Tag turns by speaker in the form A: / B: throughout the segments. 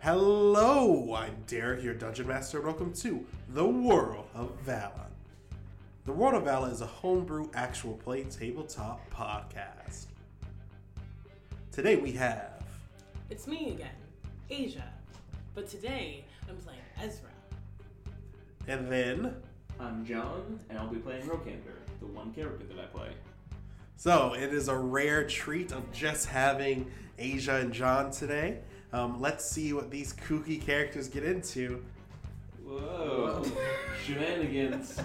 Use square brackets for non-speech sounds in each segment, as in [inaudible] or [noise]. A: Hello, I'm Derek, your Dungeon Master. Welcome to the World of Valor. The World of Valor is a homebrew actual play tabletop podcast. Today we have
B: It's me again, Asia. But today I'm playing Ezra.
A: and then
C: I'm John, and I'll be playing Rokander, the one character that I play.
A: so it is a rare treat of just having Asia and John today. Um, let's see what these kooky characters get into.
C: Whoa,
A: [laughs]
C: shenanigans!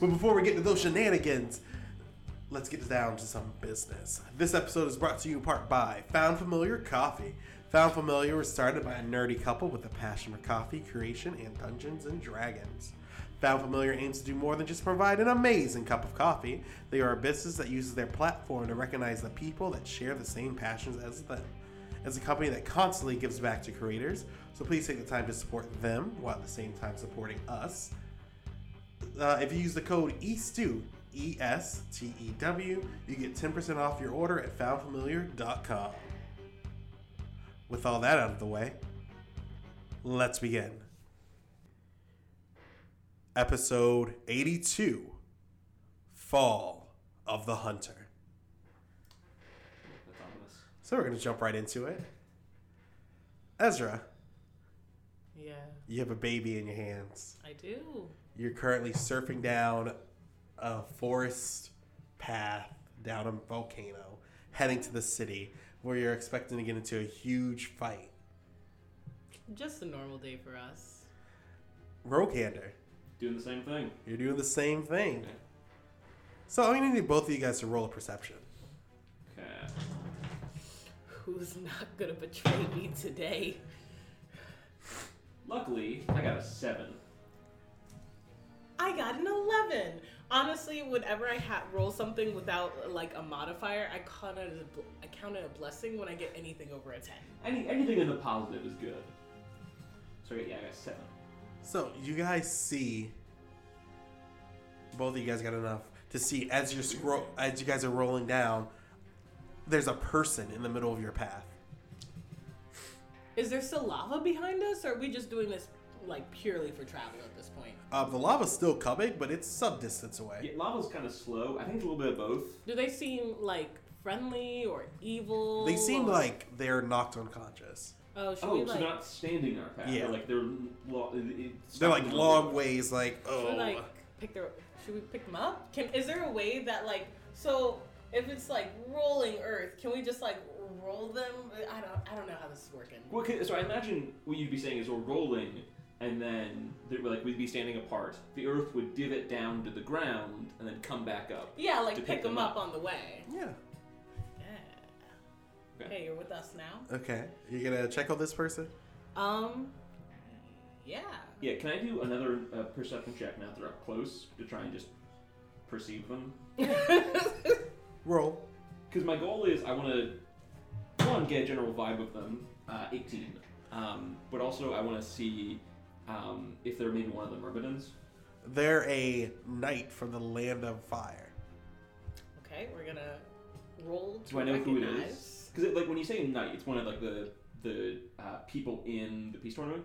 A: But before we get to those shenanigans, let's get down to some business. This episode is brought to you in part by Found Familiar Coffee. Found Familiar was started by a nerdy couple with a passion for coffee, creation, and Dungeons and Dragons. Found Familiar aims to do more than just provide an amazing cup of coffee. They are a business that uses their platform to recognize the people that share the same passions as them. As a company that constantly gives back to creators, so please take the time to support them while at the same time supporting us uh, if you use the code ESTEW, E S T E W, you get 10% off your order at foundfamiliar.com. With all that out of the way, let's begin. Episode 82 Fall of the Hunter.
C: That's ominous.
A: So we're going to jump right into it. Ezra,
B: Yeah,
A: you have a baby in your hands.
B: I do.
A: You're currently surfing down a forest path down a volcano, heading to the city where you're expecting to get into a huge fight.
B: Just a normal day for us.
A: Rokander,
C: Doing the same thing.
A: you're doing the same thing.
C: Okay.
A: So I'm gonna need both of you guys to roll a perception.
C: Okay.
B: Who's not gonna betray me today?
C: Luckily, I got a seven.
B: I got an 11. Honestly, whenever I ha- roll something without like a modifier, I count it as a, bl- I count it a blessing when I get anything over a 10.
C: Any anything in the positive is good. So yeah, I got seven.
A: So you guys see, both of you guys got enough to see as you're scroll as you guys are rolling down. There's a person in the middle of your path.
B: Is there still lava behind us, or are we just doing this like purely for travel at this point?
A: Uh, the lava's still coming, but it's some distance away.
C: Yeah, lava's kind of slow. I think it's a little bit of both.
B: Do they seem like friendly or evil?
A: They seem
B: or-
A: like they're knocked unconscious.
B: Oh, should
C: Oh,
B: we
C: so
B: like?
C: they're not standing in our path.
A: Yeah.
C: They're like they're lo- it- it's
A: They're like
C: stopping
A: long
C: them.
A: ways, like
B: Should
A: oh,
B: we
C: uh,
B: like pick their? Should we pick them up? Can is there a way that like so if it's like rolling earth, can we just like roll them? I don't I don't know how this is working.
C: Well, 'cause- so I imagine what you'd be saying is we're rolling, and then they were like we'd be standing apart. The Earth would divot down to the ground and then come back up.
B: Yeah, like
C: To
B: pick,
C: pick
B: them
C: them
B: up
C: up.
B: on the way.
A: yeah.
B: Yeah.
C: Okay.
B: Hey, you're with us now.
A: Okay, you're gonna check on this person.
B: Um.
C: [laughs]
B: Yeah.
C: Yeah, can I do another uh, perception check now that they're up close to try and just perceive them?
A: Roll.
C: Because my goal is I want to one get a general vibe of them, uh, 18, um, but also I want to see um, if they're maybe one of the Myrmidons.
A: They're a knight from the land of fire.
B: okay, we're gonna roll. To
C: Do I know who it
B: recognize.
C: is? Because like when you say knight, it's one of like the the uh, people in the peace tournament.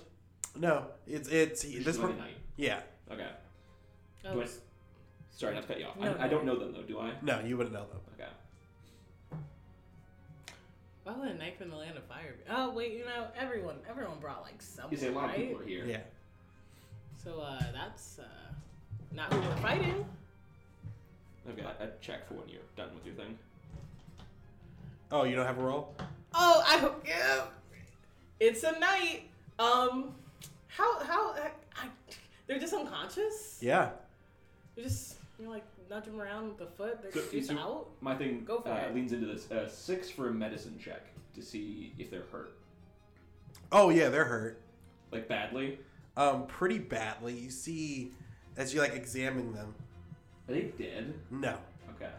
A: No, it's it's
C: It's
A: this
C: just like
A: per-
C: a knight.
A: yeah.
C: Okay.
B: Oh,
C: Do I- Sorry, not to cut you off.
B: No,
C: I, I don't
B: no.
C: know them though, do I?
A: No, you wouldn't know them.
C: Okay.
B: Why would a knife in oh, the land of fire? Be? Oh wait, you know everyone, everyone brought like someone,
C: Because a lot of
B: right?
C: people are here.
A: Yeah.
B: So uh, that's uh, not who we're fighting.
C: I've got a check for when you're done with your thing.
A: Oh, you don't have a roll.
B: Oh, I hope yeah. It's a night. Um, how how I, I, they're just unconscious.
A: Yeah.
B: They're just you know like nudge them around with the foot. They're
C: So-
B: just
C: so-
B: out.
C: My thing
B: Go for
C: uh,
B: it.
C: leans into this uh, six for a medicine check to see if they're hurt,
A: Oh yeah, they're hurt.
C: like badly.
A: Um, pretty badly. You see, as you like examine them.
C: Are they dead?
A: No.
C: Okay.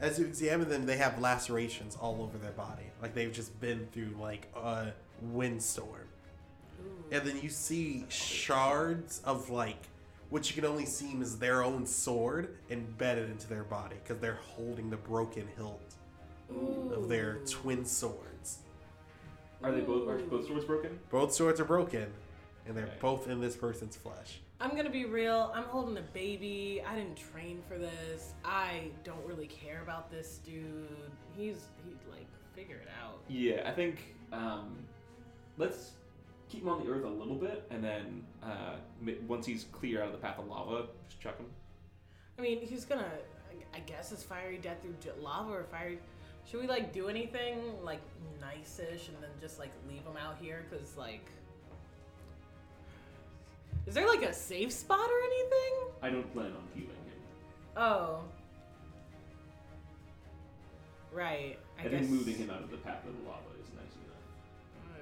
A: As you examine them, they have lacerations all over their body. Like they've just been through like a windstorm. And then you see shards of like what you can only seem is their own sword embedded into their body because they're holding the broken hilt of their twin swords.
C: Are they both are
B: Ooh.
C: both swords broken?
A: Both swords are broken, and they're
C: Okay.
A: both in this person's flesh.
B: I'm gonna be real. I'm holding a baby. I didn't train for this. I don't really care about this dude. He's he like figure it out.
C: Yeah, I think um, let's keep him on the earth a little bit, and then uh, mi- once he's clear out of the path of lava, just chuck him.
B: I mean, he's gonna. I- I guess it's fiery death through j- lava or fiery. Should we like do anything like nice-ish and then just like leave him out here? Cause like, is there like a safe spot or anything?
C: I don't plan on healing him.
B: Oh, right. I,
C: I,
B: guess
C: think moving him out of the path of the lava is nice enough.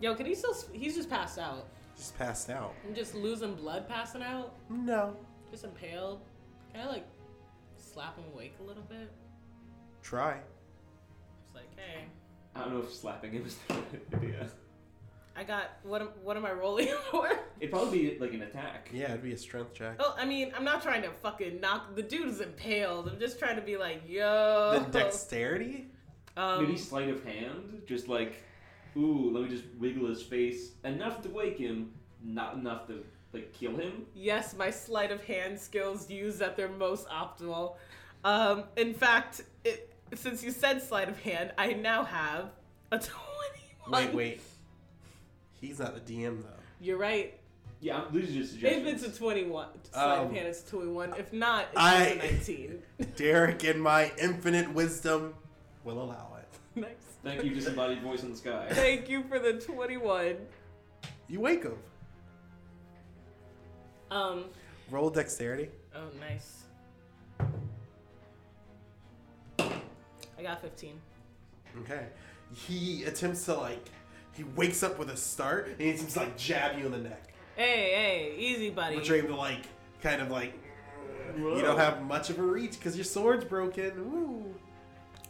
B: Yo, can he still? s- He's just passed out.
A: Just passed out.
B: I'm just losing blood, passing out,
A: No.
B: just impaled. Can I like slap him awake a little bit?
A: Try.
B: It's like, hey,
C: I don't know if slapping him is the right idea.
B: I got what? Am, what am I rolling [laughs] for?
C: It'd probably be like an attack.
A: Yeah, it'd be a strength check.
B: Oh, I mean, I'm not trying to fucking knock the dude is impaled. I'm just trying to be like, yo.
A: Then dexterity?
B: [laughs] Um,
C: Maybe sleight of hand, just like, ooh, let me just wiggle his face enough to wake him, not enough to like kill him.
B: Yes, my sleight of hand skills used at their most optimal. Um, in fact, it, since you said sleight of hand, I now have a [laughs] 21.
A: Wait, wait. He's not the DM though.
B: You're right.
C: Yeah, I'm, this is just
B: If
C: suggestions.
B: it's a 21, sleight of
A: Um,
B: hand is 21. If not, it's
A: I-
B: just a [laughs] 19.
A: Derek, in my infinite wisdom, will allow it.
B: nice.
C: Thank you, disembodied voice in the sky.
B: Thank you for the 21.
A: You wake him.
B: Um,
A: Roll dexterity.
B: oh, nice. I got 15.
A: Okay. He attempts to like. He wakes up with a start and he seems to like jab you in the neck.
B: Hey, hey, easy, buddy.
A: But you're able to like, kind of like. You don't have much of a reach because your sword's broken. Ooh.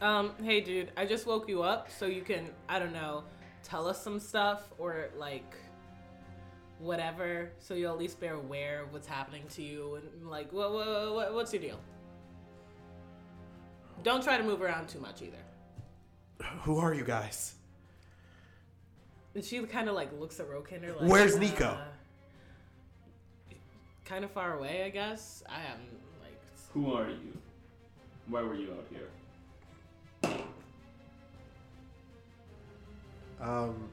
B: Um, hey dude, I just woke you up so you can, I don't know, tell us some stuff or like whatever, so you'll at least be aware of what's happening to you and like what, what, what what's your deal? Don't try to move around too much either.
A: Who are you guys?
B: And she kind of like looks at Rokinder like
A: Where's Nico?
B: kind of far away, I guess. I am like
C: Who are you? Why were you out here?
A: Um,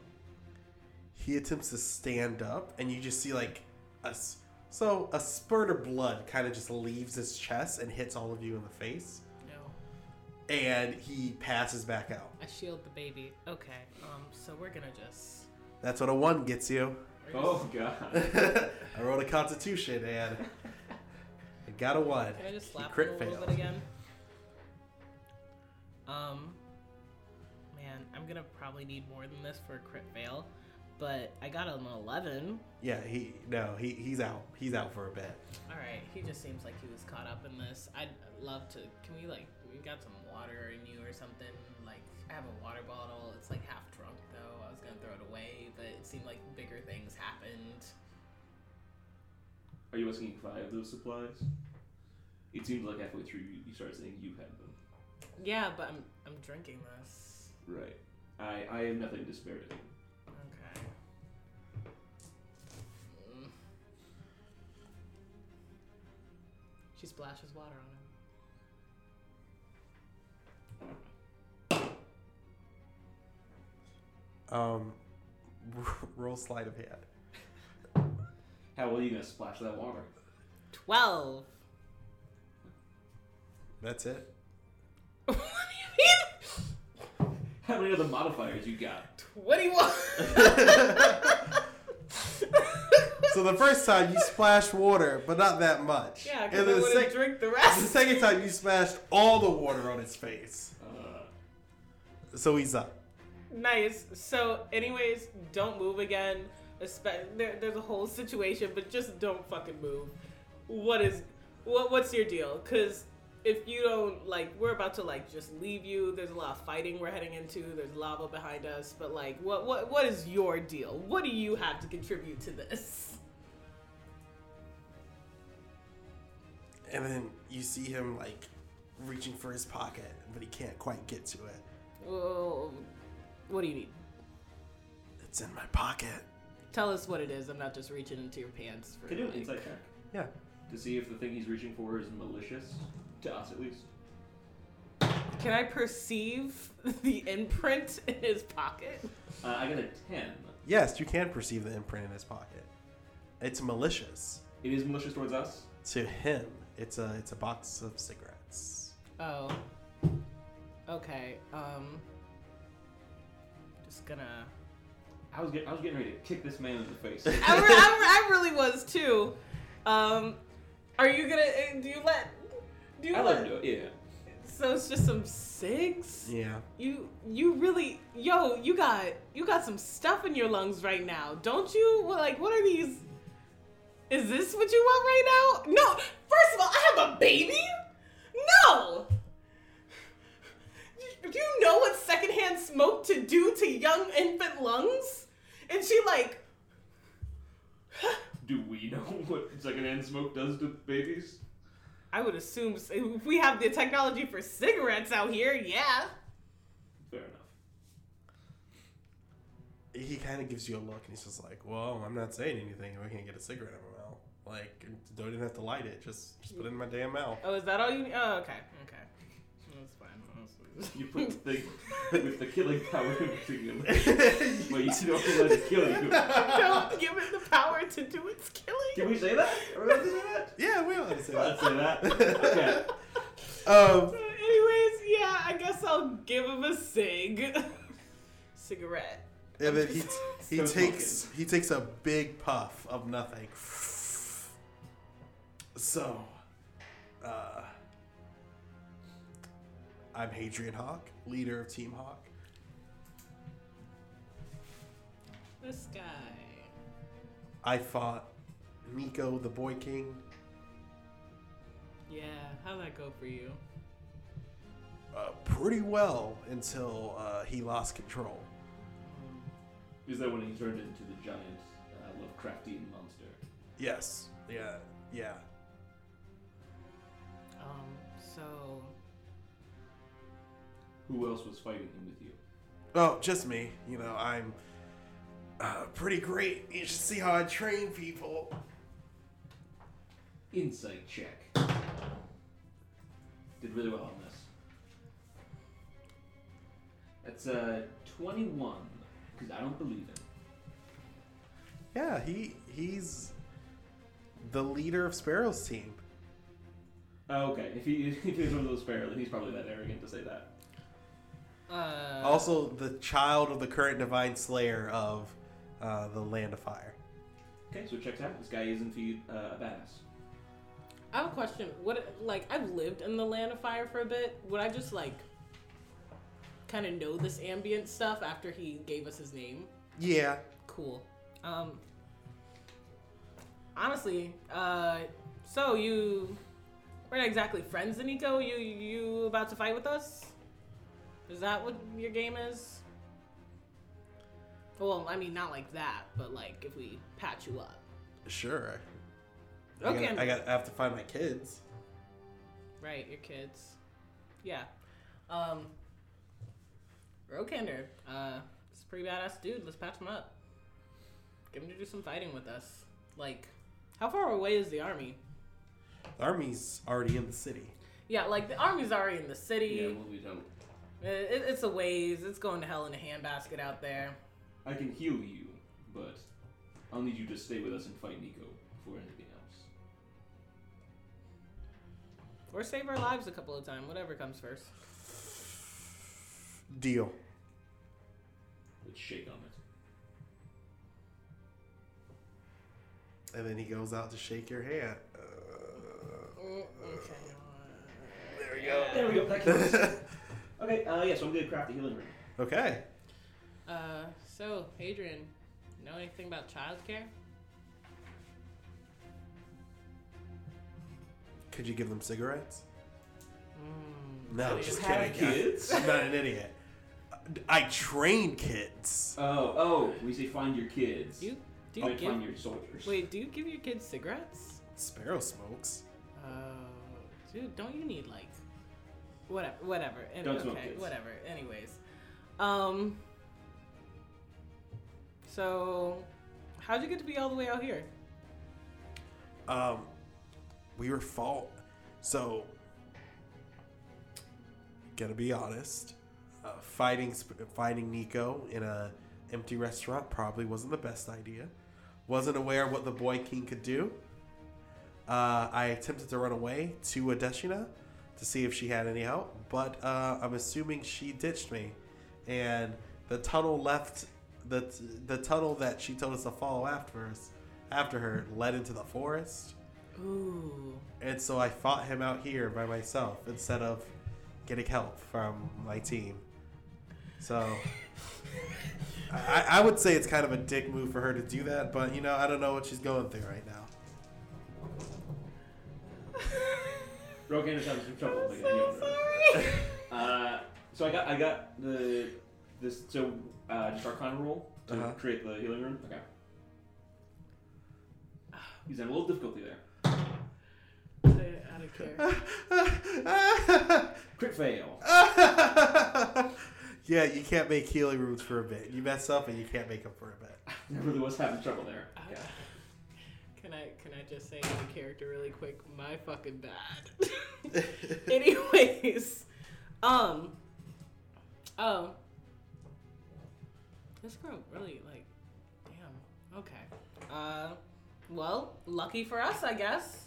A: he attempts to stand up, and you just see like a s- so a spurt of blood kind of just leaves his chest and hits all of you in the face,
B: no.
A: and he passes back out.
B: I shield the baby. Okay. Um so we're going to just
A: That's what a one gets you. [laughs]
B: we're just-
C: Oh god.
A: I rolled a Constitution and I got a one.
B: Can I just
A: He
B: slap him
A: crit
B: a little
A: failed.
B: bit again? Um, man, I'm gonna probably need more than this for a crit fail, but I got an 11.
A: Yeah, he no, he he's out. He's out for a bit.
B: All right, he just seems like he was caught up in this. I'd love to. Can we like? We got some water in you or something? Like, I have a water bottle. It's like half drunk though. I was gonna throw it away, but it seemed like bigger things happened.
C: Are you asking if I have those supplies? It seemed like halfway through you, you started saying you had them.
B: Yeah, but I'm I'm drinking this.
C: Right. I, I have nothing to spare to him.
B: Okay. Mm. She splashes water on him.
A: Um, [laughs] roll sleight of hand.
C: How well are you gonna splash that water?
B: Twelve.
A: That's it.
B: [laughs] what do you
C: How many other modifiers you got?
B: mean? Twenty-one. [laughs]
A: So the first time you splashed water, but not that much.
B: yeah,
A: and
B: because I
A: then the
B: wouldn't
A: sec-
B: drink the
A: the
B: rest.
A: second time you splashed all the water on his face.
C: Uh,
A: So he's up.
B: [laughs] Nice. So, anyways, don't move again. Espe- there, there's a whole situation, but just don't fucking move. What is, what, what's your deal? Because if you don't like, we're about to like just leave you. There's a lot of fighting we're heading into. There's lava behind us. But like, what, what, what is your deal? What do you have to contribute to this?
A: And then you see him like reaching for his pocket, but he can't quite get to it.
B: Well, what do you need?
A: It's in my pocket.
B: Tell us what it is. I'm not just reaching into your pants. For
C: Can you do an
B: like-
C: insight check
A: Yeah.
C: to see if the thing he's reaching for is malicious to us, at least?
B: Can I perceive [laughs] the imprint in his pocket?
C: Uh, I got a ten.
A: Yes, you can perceive the imprint in his pocket. It's malicious.
C: It is malicious towards us.
A: To him, it's a it's a box of cigarettes.
B: Oh. Okay. Um. Just gonna.
C: I was get, I was getting ready to kick this man in the [laughs] face.
B: I, re- I, re- I really was too. Um. Are you gonna? eh, Do you let? Do you
C: I let him do it. Yeah.
B: So it's just some cigs.
A: Yeah.
B: You you really yo you got you got some stuff in your lungs right now, don't you? Well, like what are these? Is this what you want right now? No. First of all, I have a baby. No. Do you know what secondhand smoke to do to young infant lungs? And she like
C: Do we know [laughs] what secondhand smoke does to babies?
B: I would assume s- if we have the technology for cigarettes out here, yeah.
C: Fair enough.
A: He kind of gives you a look, and he's just like, "Well, I'm not saying anything. if I can't get a cigarette in my mouth. Like, don't even have to light it. Just just put it in my damn mouth." [laughs]
B: Oh, is that all you? Oh, okay, okay. That's fine.
C: You put the thing with the killing power [laughs] between them. But you don't let it kill you.
B: don't give it the power to do its
C: Can
B: killing.
C: we say that? Are we allowed to say that?
A: yeah, we all say
C: [laughs] Let's
A: that.
C: say that. [laughs] Okay.
A: [laughs] Um,
B: So anyways, yeah, I guess I'll give him a cig. [laughs] Cigarette.
A: and then he [laughs] he
C: So
A: takes he takes a big puff of nothing. So, uh, I'm Hadrian Hawk, leader of Team Hawk.
B: This guy.
A: I fought Nico the Boy King.
B: Yeah, how'd that go for you?
A: uh, pretty well until uh, he lost control.
C: Is that when he turned into the giant uh, Lovecraftian monster?
A: Yes. Yeah. Yeah.
B: Um, so
C: Who else was fighting him with you?
A: Oh, just me. You know, I'm uh, pretty great. You should see how I train people.
C: Insight check. Did really well on this. That's uh, 21, because I don't believe it.
A: Yeah, he he's the leader of Sparrow's team.
C: Oh, okay. If he [laughs] if he's one of those sparrows, then he's probably that arrogant to say that.
B: uh
C: Oh.
A: Also, the child of the current Divine Slayer of uh, the Land of Fire.
C: Okay, so it checks out. This guy is in feed uh, a badass.
B: I have a question. What like I've lived in the land of fire for a bit. Would I just like kind of know this ambient stuff after he gave us his name?
A: Yeah.
B: Cool. Um Honestly, uh so you we're not exactly friends, Nico. You you about to fight with us? Is that what your game is? Well, I mean not like that, but like if we patch you up.
A: Sure. I
B: Okay.
A: gotta- I got. I have to find my kids.
B: Right, your kids. Yeah. Um Rokander, uh, it's a pretty badass dude. Let's patch him up. Get him to do some fighting with us. Like, how far away is the army?
A: The army's already in the city.
B: Yeah, like the army's already in the
C: Yeah,
B: city.
C: well, we don't.
B: Uh, It, it's a ways. It's going to hell in a handbasket out there.
C: I can heal you, but I'll need you to stay with us and fight Nico before anything else.
B: Or save our lives a couple of times, whatever comes first.
A: Deal.
C: Let's shake on it.
A: And then he goes out to shake your hand. Uh,
B: Okay.
A: There we
C: There we go. [laughs] That
A: [laughs]
C: counts.
A: go.
C: okay, uh, yeah, so I'm gonna craft a healing ring.
A: okay.
B: Uh, so, Adrian, know anything about childcare?
A: Could you give them cigarettes?
B: Mm.
A: No,
C: They
A: just
C: have
A: kidding. [laughs]
C: kids?
A: I'm not an idiot. I train kids.
C: Oh, oh, we say find your kids.
B: Do you, do
C: I
B: you
C: mean,
B: give
C: find your soldiers.
B: Wait, do you give your kids cigarettes?
A: Sparrow smokes.
B: Oh, dude, don't you need like whatever, whatever. And-
C: Don't
B: okay,
C: smoke kids.
B: whatever. Anyways, um, so how'd you get to be all the way out here?
A: Um, we were fault. So, gonna be honest, uh, fighting sp- finding Nico in a empty restaurant probably wasn't the best idea. Wasn't aware what the boy king could do. Uh, I attempted to run away to Adeshina to see if she had any help, but uh, I'm assuming she ditched me, and the tunnel left the the tunnel that she told us to follow after us after her led into the forest.
B: Ooh,
A: And so I fought him out here by myself instead of getting help from my team. So I, I would say it's kind of a dick move for her to do that, but you know, I don't know what she's going through right now. [laughs]
B: [laughs]
C: Rogan is having some trouble.
B: I'm
C: with the
B: so
C: yogurt.
B: sorry.
C: Uh, so I got I got the this so uh, just Arcana roll to
A: Uh-huh.
C: create the healing room. Okay. He's having a little difficulty there.
B: I don't care.
C: Crit fail.
A: Ah!
C: [laughs]
A: yeah, you can't make healing rooms for a bit. You mess up and you can't make them for a bit.
C: There really was having trouble there.
B: I-
C: Yeah.
B: Can I can I just say the character really quick? My fucking bad. Anyways, um, oh, this girl really like, damn. Okay. Uh, well, lucky for us, I guess.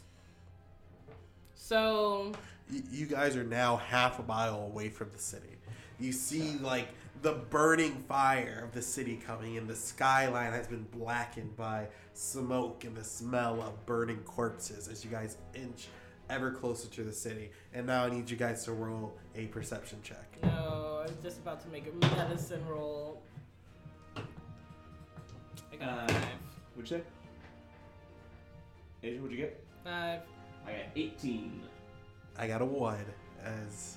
B: So
A: Y- you guys are now half a mile away from the city. You see, like, the burning fire of the city coming in. The skyline has been blackened by smoke and the smell of burning corpses as you guys inch ever closer to the city. And now I need you guys to roll a perception check.
B: no, I was just about to make a medicine roll. I got
C: Uh,
B: five.
C: What'd you say? Asian, what'd you get?
B: Five.
C: I got 18.
A: I got a one as.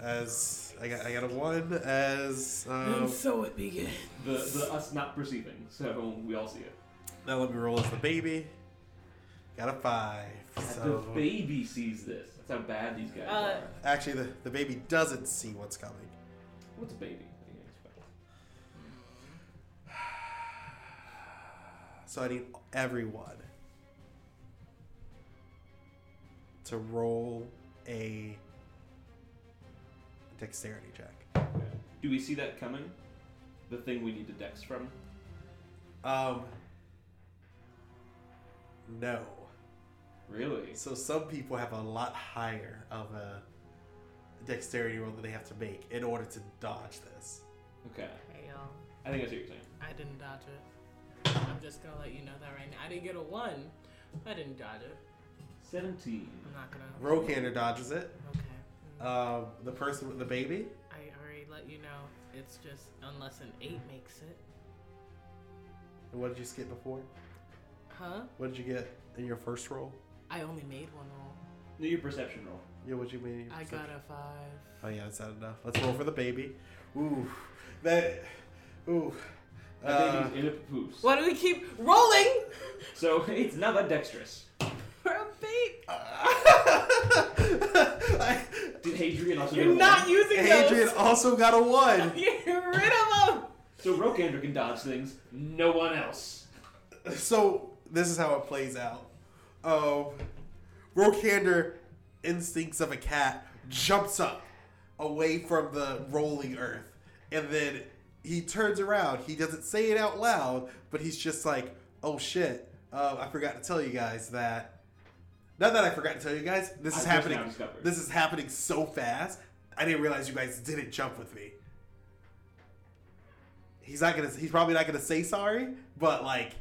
A: As I got, I got a one as.
B: and
A: Um,
B: so it begins.
C: The the us not perceiving, so we all see it.
A: now let me roll as the baby. Got a five. So.
C: The baby sees this. That's how bad these guys
B: Uh,
C: are.
A: Actually, the, the baby doesn't see what's coming.
C: What's a baby? I can expect.
A: So I need everyone to roll a dexterity check.
C: Do we see that coming? The thing we need to dex from?
A: Um, no.
C: Really?
A: So some people have a lot higher of a dexterity roll that they have to make in order to dodge this.
C: Okay.
B: Hey y'all.
C: I think I see what you're saying.
B: I didn't dodge it. I'm just gonna let you know that right now. I didn't get a one. I didn't dodge it.
C: 17.
B: I'm not gonna.
A: Rokander dodges it.
B: Okay.
A: Um, the person with the baby.
B: I already let you know. It's just unless an eight makes it.
A: What did you skip before?
B: Huh?
A: What did you get in your first roll?
B: I only made one roll.
C: Do your perception roll.
A: Yeah, what you mean?
B: I got a five.
A: Oh yeah, that's not enough. Let's roll for the baby. Ooh, that. Ooh.
C: That
A: Uh,
C: baby's in a papoose.
B: Why do we keep rolling [laughs]
C: So [laughs] it's not that dexterous.
B: for a bait?
A: uh, [laughs] I-
C: Did Adrian also get
B: You're
C: a
B: not
C: one?
B: using
A: Adrian
B: those.
A: also got a [laughs]
B: [laughs]
A: one.
B: Get rid of them.
C: So Rokander can dodge things, no one else.
A: So this is how it plays out. Um, Rokander, instincts of a cat, jumps up away from the rolling earth, and then he turns around. He doesn't say it out loud, but he's just like, "Oh shit! Um, I forgot to tell you guys that." Not that I forgot to tell you guys, this
C: I
A: is
C: just
A: happening.
C: now discovered.
A: This is happening so fast. I didn't realize you guys didn't jump with me he's not gonna he's probably not gonna say sorry but like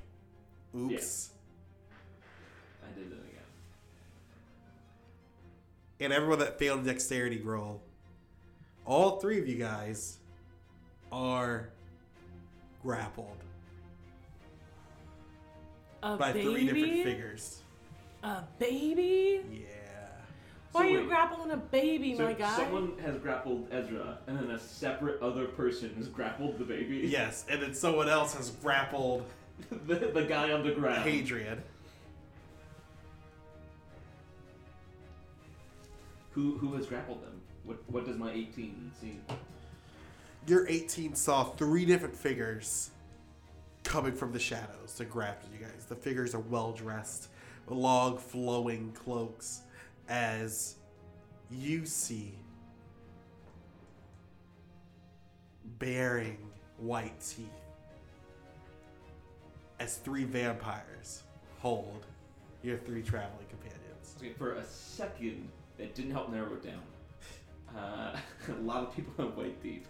A: oops
C: I did it again.
A: and everyone that failed the dexterity roll all three of you guys are grappled
B: A
A: by
B: baby.
A: three different figures
B: A baby.
A: yeah
B: Why are
C: So
B: you
C: wait.
B: grappling a baby,
C: So
B: my guy?
C: someone has grappled Ezra, and then a separate other person has grappled the baby.
A: yes and then someone else has grappled
C: [laughs] the, the guy on the ground.
A: hadrian
C: Who who has grappled them? What what does my 18 see?
A: Your 18 saw three different figures coming from the shadows to grab you guys. The figures are well dressed, with long flowing cloaks, as you see bearing white teeth as three vampires hold your three traveling companions.
C: Okay, for a second, that didn't help narrow it down. Uh, [laughs] a lot of people have white teeth,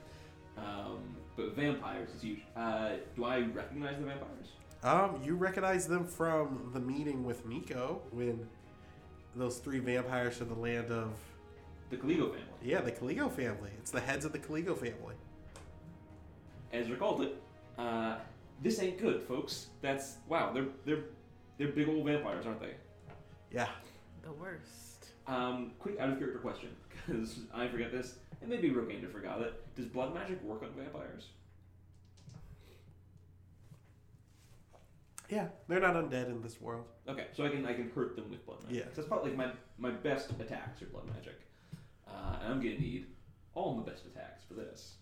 C: um, but vampires is huge. Uh, do I recognize the vampires?
A: Um, you recognize them from the meeting with Miko when those three vampires from the land of
C: The Caligo family,
A: yeah, the Caligo family. It's the heads of the Caligo family.
C: Ezra called it. Uh, this ain't good, folks. That's wow. They're they're they're big old vampires, aren't they?
A: Yeah.
B: The worst.
C: Um, quick out of character question, [laughs] because I forget this, and maybe Rogaine forgot it. Does blood magic work on vampires?
A: Yeah. They're not undead in this world.
C: Okay, so I can I can hurt them with blood magic.
A: Yeah.
C: So that's probably like my my best attacks are blood magic, uh, and I'm gonna need all my best attacks for this.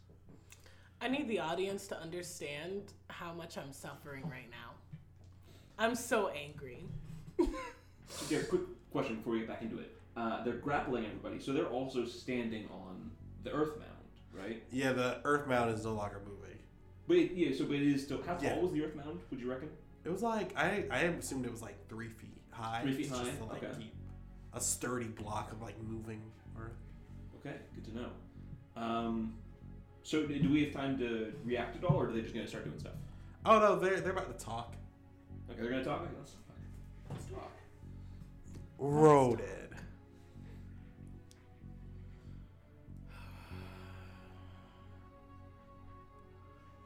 B: I need the audience to understand how much I'm suffering right now. I'm so angry.
C: So Derek, quick question before we get back into it. Uh, they're grappling everybody, so they're also standing on the earth mound, right?
A: Yeah, the Earth Mound is no longer moving.
C: But it, yeah, so but it is still how
A: Yeah.
C: tall was the earth mound? Would you reckon?
A: It was like I I assumed it was like three feet high.
C: Three feet
A: It's just
C: high?
A: to, like,
C: Okay.
A: keep a sturdy block of like moving Earth.
C: Okay, good to know. Um, so d- do we have time to react at all, or are they just gonna start doing stuff?
A: Oh no, they're they're about to talk.
C: Okay, they're gonna talk. Okay, Let's talk. Let's talk.
A: Roaded.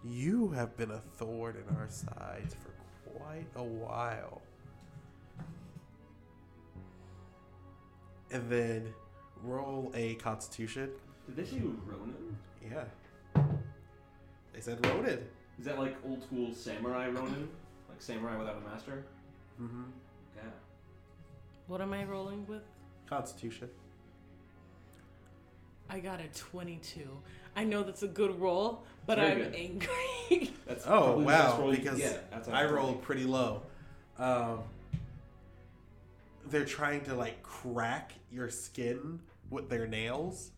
A: You have been a thorn in our sides for quite a while. And then roll a constitution.
C: Did they say Ronin?
A: Yeah. They said roaded.
C: Is that like old school samurai Ronin? Like samurai without a master?
A: Mm-hmm.
C: Yeah.
B: What am I rolling with?
A: Constitution.
B: I got a 22. I know that's a good roll, but
C: Very
B: I'm
C: good. [laughs]
B: angry.
C: That's
A: Oh,
C: probably the
A: wow,
C: best roll you
A: because
C: can get outside
A: I
C: of twenty.
A: rolled pretty low. Um, they're trying to like crack your skin with their nails,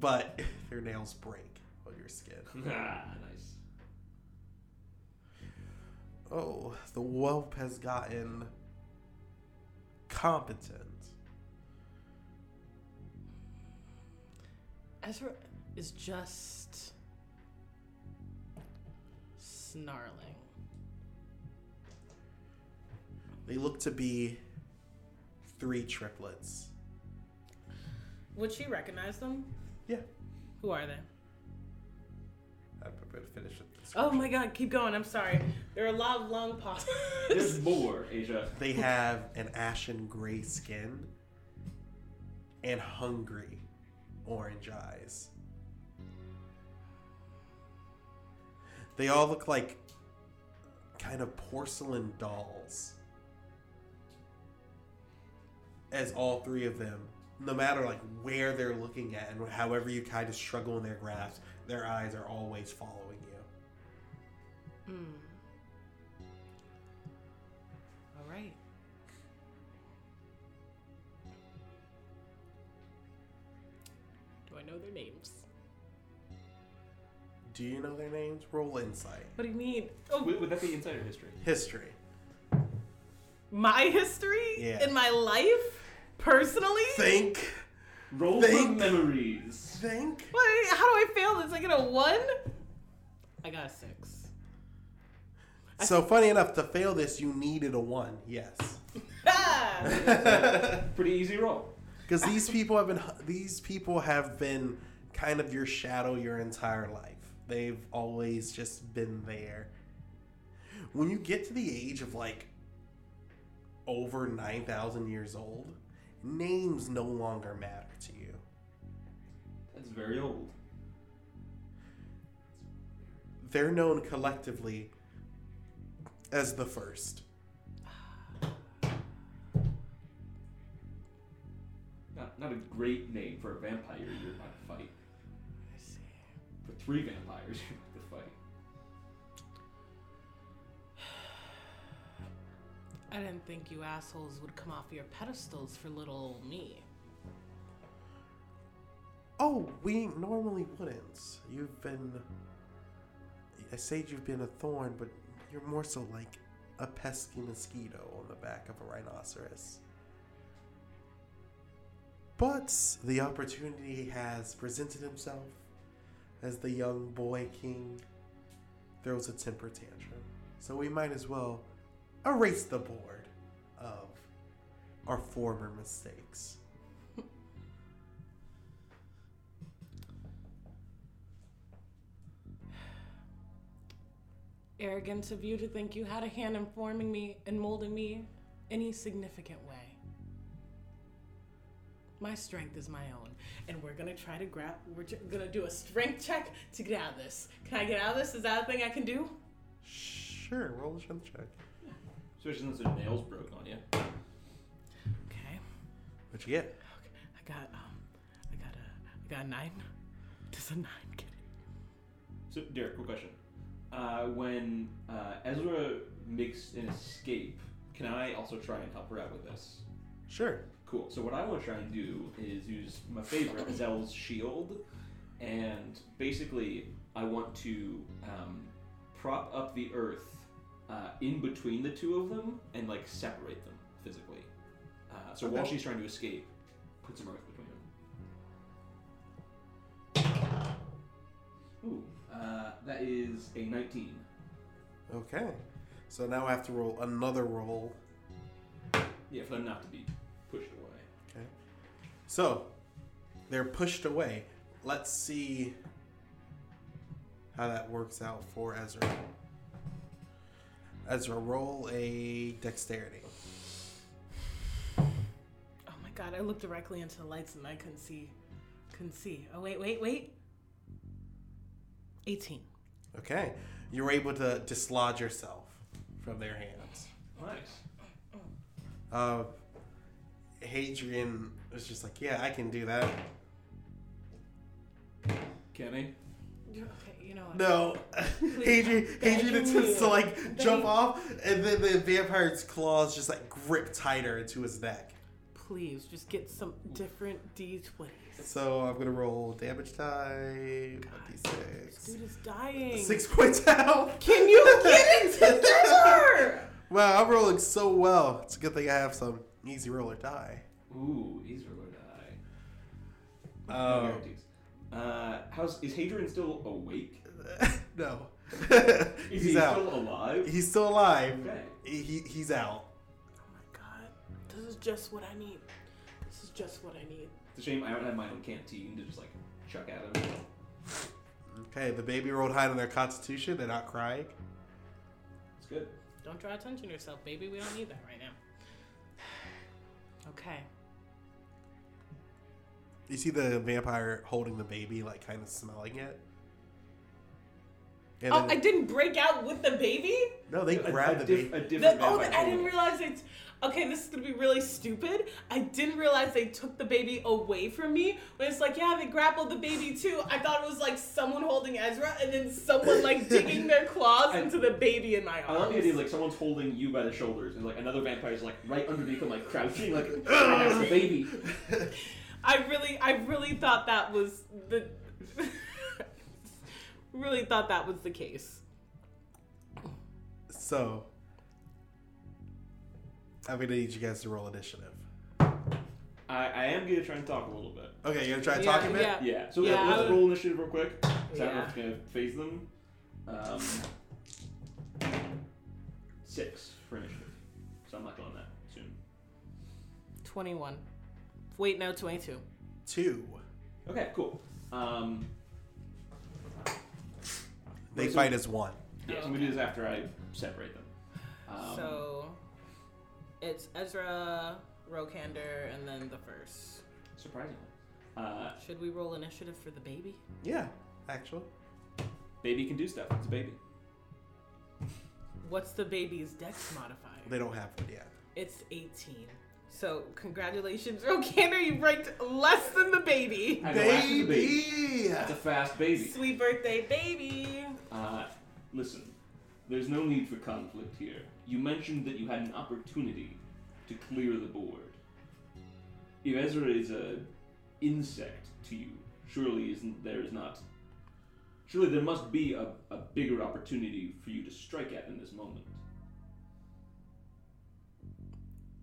A: but [laughs] their nails break on your skin.
C: [laughs] Ah, nice.
A: Oh, the whelp has gotten competent.
B: Ezra is just snarling.
A: They look to be three triplets.
B: Would she recognize them?
A: Yeah.
B: Who are they?
A: I'm going to finish with this.
B: Oh my god, keep going. I'm sorry. There are a lot of long pauses.
C: There's more, Asia.
A: They have an ashen gray skin and hungry orange eyes. They all look like kind of porcelain dolls. As all three of them, no matter like where they're looking at and however you kind of struggle in their grasp, their eyes are always following you.
B: Hmm. All right. Do I know their names?
A: Do you know their names? Roll insight.
B: What do you mean? Oh,
C: Would, would that be insider history?
A: History.
B: my history
A: Yeah.
B: in my life, personally.
A: Think.
C: Roll
A: Think.
C: for memories.
A: Think.
B: Wait, how do I fail this? I get a one. I got a six.
A: So funny enough, to fail this, you needed a one. Yes,
B: Ah!
A: because
C: Pretty easy roll.
A: these people have been these people have been kind of your shadow your entire life. They've always just been there. When you get to the age of like over nine thousand years old, names no longer matter to you.
C: That's very old.
A: They're known collectively as the first.
C: Not not a great name for a vampire you're about to fight. For three vampires [laughs] you're about to fight.
B: I didn't think you assholes would come off your pedestals for little me.
A: Oh, we normally wouldn't. You've been. I say you've been a thorn, but you're more so like a pesky mosquito on the back of a rhinoceros. But the opportunity has presented himself as the young boy king throws a temper tantrum. So we might as well erase the board of our former mistakes.
B: Arrogant of you to think you had a hand in forming me and molding me any significant way. My strength is my own, and we're gonna try to grab. We're ju- gonna do a strength check to get out of this. Can I get out of this? Is that a thing I can do?
A: Sure, roll a strength check.
C: Especially since their nails broke on you.
B: Okay.
A: What'd you get?
B: Okay, I got um, I got a, I got a nine. Does a nine get it?
C: So, Derek, quick question. Uh, when uh, Ezra makes an escape, can I also try and help her out with this?
A: Sure.
C: Cool. So what I want to try and do is use my favorite Zell's shield, and basically I want to um, prop up the earth uh, in between the two of them and like separate them physically. Uh, so while
A: Okay.
C: she's trying to escape, put some earth between them. Ooh, uh, that is a 19.
A: Okay. So now I have to roll another roll.
C: Yeah, for them not to be pushed away.
A: Okay. So they're pushed away. Let's see how that works out for Ezra. Ezra, roll a dexterity.
B: Oh my god! I looked directly into the lights and I couldn't see. Couldn't see. Oh wait, wait, wait. Eighteen.
A: Okay. You're able to dislodge yourself from their hands.
C: Nice.
A: Uh, Hadrian was just like, yeah, I can do that.
C: Kenny?
B: You're, okay, you know what?
A: No.
B: [laughs]
A: Hadrian, Hadrian
B: Begging
A: attempts to
B: you.
A: like jump
B: Begging-
A: off, and then the vampire's claws just like grip tighter into his neck.
B: Please, just get some different d20s.
A: So I'm gonna roll damage type,
B: This
A: d6.
B: dude is dying.
A: Six points [laughs] out.
B: Can you get it
A: [laughs]
B: together?
A: Wow, I'm rolling so well. It's a good thing I have some easy roller die.
C: Ooh, these are what I. No
A: Um,
C: guarantees. Uh, how's is Hadrian still awake?
A: [laughs] no,
C: Is
A: he's,
C: he
A: out.
C: still alive?
A: He's still alive.
C: Okay.
A: He, he- he's out.
B: Oh my god. This is just what I need. This is just what I need.
C: It's a shame I don't have my own canteen to just like chuck at him.
A: Okay, the baby rolled high on their constitution. They're not crying.
C: It's good.
B: Don't draw attention to yourself, baby. We don't need that right now. [sighs] Okay.
A: You see the vampire holding the baby, like kind of smelling it. And
B: Oh, I
A: then-
B: didn't break out with the baby?
A: no, they
C: A-
A: grab
C: a
A: the
C: diff-
A: baby.
B: The,
C: a different
B: oh,
C: vampire
B: the, I didn't
C: tool.
B: realize it's. Okay, this is gonna be really stupid. I didn't realize they took the baby away from me. When it's like, yeah, they grappled the baby too. I thought it was like someone holding Ezra and then someone
C: [laughs]
B: like digging their claws
C: I-
B: into the baby in my
C: I love
B: arms.
C: the idea like someone's holding you by the shoulders and like another vampire's like right underneath him like crouching
A: [laughs]
C: like "Ah, that's the baby.
B: I really, I really thought that was the. [laughs] really thought that was the case.
A: So, I'm gonna need you guys to roll initiative.
C: I, I am gonna try and talk a little bit.
A: Okay, you're gonna try to
B: Yeah,
A: talk a bit.
B: yeah.
C: Yeah. So
B: Uh, Yeah, I
C: let's
B: would-
C: roll initiative real quick. 'cause I don't know
B: Yeah.
C: if it's gonna phase them. Um, six for initiative. So I'm not doing that soon.
B: 21. Wait, no, 22.
A: Two.
C: Okay, cool. Um,
A: They
C: Wait, so-
A: fight as one.
C: yeah, so I'm gonna do this after I separate them. Um,
B: so it's Ezra, Rokander, and then the first.
C: surprisingly, uh,
B: Should we roll initiative for the baby?
A: Yeah, actually.
C: baby can do stuff. It's a baby.
B: What's the baby's dex modifier?
A: They don't have one yet.
B: It's 18. So congratulations, Rogander, you ranked less than the baby.
C: I know, after the baby.
A: Baby!
C: That's a fast baby.
B: Sweet birthday, baby.
C: Uh, listen, there's no need for conflict here. You mentioned that you had an opportunity to clear the board. If Ezra is a insect to you, surely isn't there is not. Surely there must be a, a bigger opportunity for you to strike at in this moment.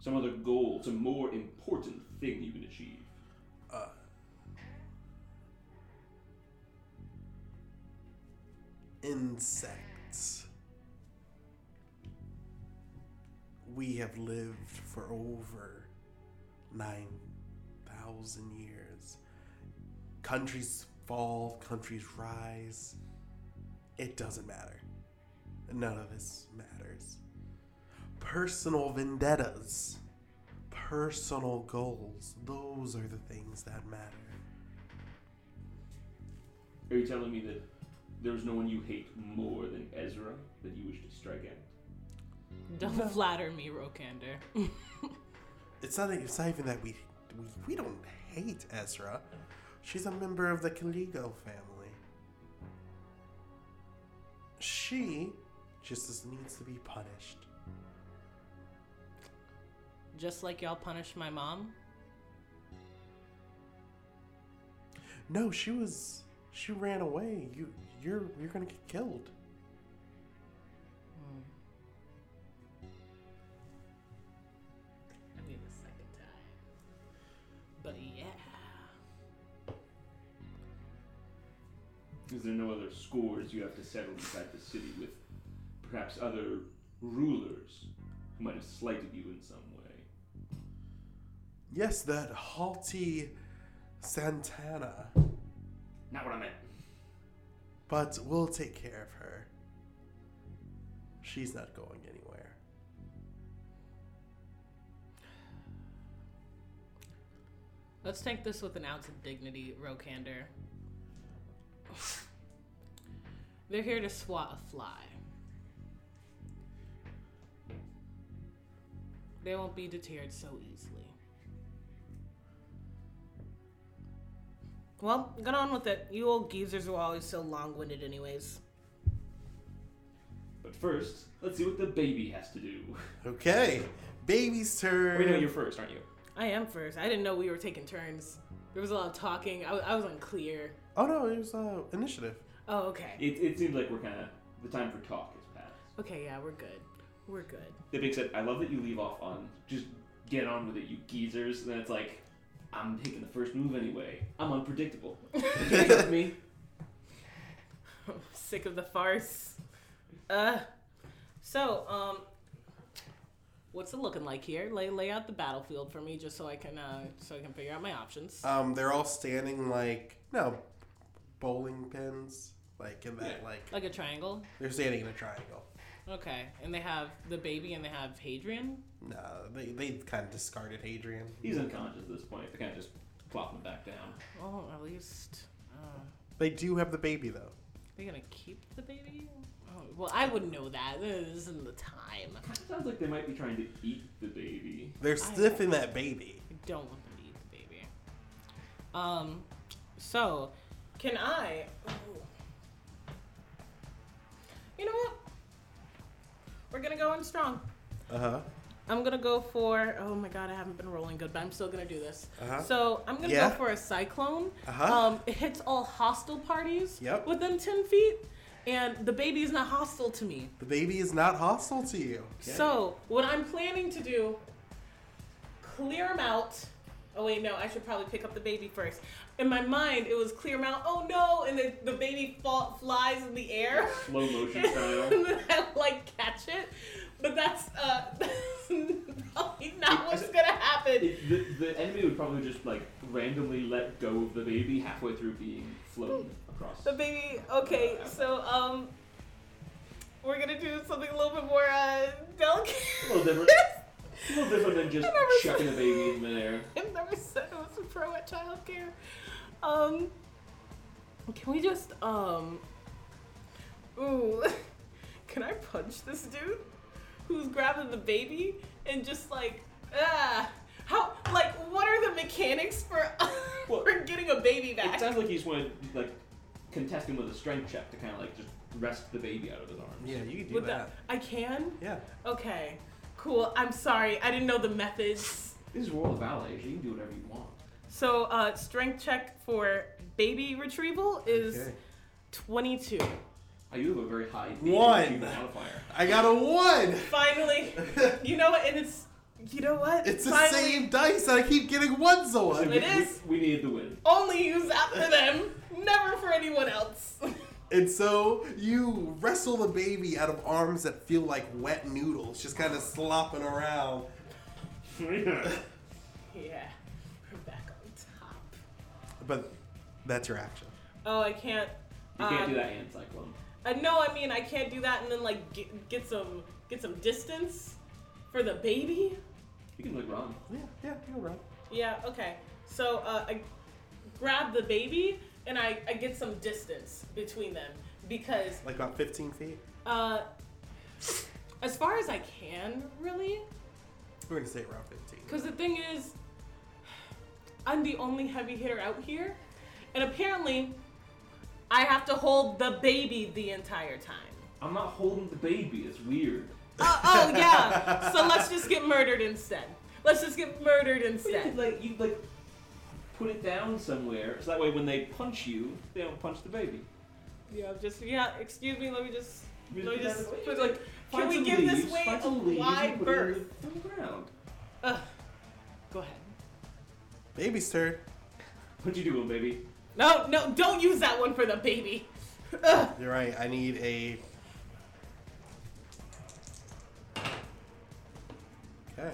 C: Some other goal, some more important thing you can achieve.
A: Uh, insects. We have lived for over 9,000 years. Countries fall, countries rise. It doesn't matter. None of this matters. Personal vendettas, personal goals, those are the things that matter.
C: Are you telling me that there's no one you hate more than Ezra that you wish to strike at?
B: Don't flatter me, Rokander.
A: It's not, it's not even that we, we we don't hate Ezra. She's a member of the Caligo family. She just is, needs to be punished.
B: Just like y'all punished my mom.
A: No, she was she ran away. You you're you're gonna get killed.
B: I mean the second time. But yeah.
C: Is there no other scores you have to settle inside the city with perhaps other rulers who might have slighted you in some way?
A: Yes, that haughty Santana.
C: Not what I meant.
A: But we'll take care of her. She's not going anywhere.
B: Let's take this with an ounce of dignity, Rokander. They're here to swat a fly. They won't be deterred so easily. Well, get on with it. You old geezers are always so long winded, anyways.
C: But first, let's see what the baby has to do. [laughs]
A: Okay, baby's turn.
C: Wait, no, you're first, aren't you?
B: I am first. I didn't know we were taking turns. There was a lot of talking. I, I was unclear.
A: oh no, it was uh, initiative.
B: Oh, okay.
C: It, it seems like we're kind of. The time for talk has passed.
B: Okay, yeah, we're good. We're good.
C: That being said, I love that you leave off on just get on with it, you geezers. And then it's like, I'm taking the first move anyway. I'm unpredictable. Can't help me.
B: [laughs] Sick of the farce. Uh, so um, what's it looking like here? Lay lay out the battlefield for me, just so I can uh, so I can figure out my options.
A: Um, they're all standing like no bowling pins, like in that
C: Yeah.
A: like
B: Like a triangle.
A: they're standing in a triangle.
B: Okay, and they have the baby, and they have Hadrian.
A: No, they they kind of discarded Hadrian.
C: He's unconscious at this point. They're kind of just plopping him back down.
B: Oh, at least uh,
A: They do have the baby though.
B: they're gonna keep the baby. Oh, well, I wouldn't know that. This isn't the time.
C: Sounds like they might be trying to eat the baby.
A: They're sniffing that baby.
B: I don't want them to eat the baby. Um, so can I? You know what? We're gonna go in strong.
A: Uh huh.
B: I'm gonna go for. Oh my god, I haven't been rolling good, but I'm still gonna do this.
A: Uh-huh.
B: So I'm gonna
A: Yeah.
B: go for a cyclone.
A: Uh-huh.
B: Um, it hits all hostile parties
A: Yep.
B: within ten feet, and the baby is not hostile to me.
A: The baby is not hostile to you.
C: Okay.
B: So, what I'm planning to do, clear them out. Oh, wait, no, I should probably pick up the baby first. In my mind, it was clear them out. Oh, no! And then the baby fall, flies in the air.
C: Slow
B: [laughs]
C: motion
B: and
C: style.
B: then I, like, catch it. But that's, uh, [laughs] probably not what's gonna happen.
C: It, the, the enemy would probably just like randomly let go of the baby halfway through being flown across.
B: The baby, okay, so, um, we're gonna do something a little bit more, uh, delicate.
C: A
B: [laughs]
C: little different. A little different than just
B: I never
C: chucking
B: saw-
C: the baby in midair.
B: I've never said I was a pro at childcare. Um, can we just um, ooh, [laughs] can I punch this dude who's grabbing the baby and just like ah, How like what are the mechanics for [laughs]
C: Well,
B: for getting a baby
C: It
B: back?
C: sounds like he just wanted to like contest him with a strength check to kind of like just wrest the baby out of his arms.
A: Yeah, you can do
B: With the-
A: that.
B: I can.
A: Yeah.
B: Okay. Cool. I'm sorry. I didn't know the methods.
C: This is Royal Valets. You can do whatever you want.
B: So uh, strength check for baby retrieval is
A: Okay.
B: 22.
C: Oh, you have a very high D
A: One.
C: achievement modifier.
A: I got a one. [laughs]
B: Finally, you know what? And it's you know what?
A: It's the
B: Finally,
A: same dice, and I keep getting ones
C: Listen,
A: on.
B: It
C: we-
B: is.
C: We, we needed the [laughs] win.
B: Only use that for them, never for anyone else. [laughs]
A: And so you wrestle the baby out of arms that feel like wet noodles, just kind of slopping around.
B: yeah, we're back on top.
A: But that's your action.
B: Oh, I can't.
C: You can't
B: um,
C: do that hand cyclone.
B: Uh, no, I mean I can't do that and then like get, get some get some distance for the baby.
C: You can like run.
A: Oh, Yeah, yeah, you're right.
B: Yeah, okay. So uh, I grab the baby and I, I get some distance between them because
A: Like about 15 feet.
B: uh, as far as I can really,
A: We're gonna say around 15.
B: because the thing is, I'm the only heavy hitter out here, and apparently, I have to hold the baby the entire time.
C: I'm not holding the baby. It's weird.
B: Uh, oh yeah. So let's just get murdered instead. Let's just get murdered
C: But you
B: [laughs]
C: could,
B: instead.
C: like you could, like put it down somewhere, so that way when they punch you, they don't punch the baby.
B: Yeah, just yeah. Excuse me. Let me just.
C: You
B: Let me
C: just
B: just.
C: put down-
B: Put, like, can
C: Find
B: we
C: some
B: give
C: leaves,
B: this way
C: find
B: a
C: some leaves and
B: wide
C: put it in
B: berth?
C: the- on the ground.
B: Ugh. Go ahead.
A: Baby's turn.
C: What'd you do, little baby?
B: No, no, don't use that one for the baby. [laughs] Ugh.
A: You're right. I need a. Okay.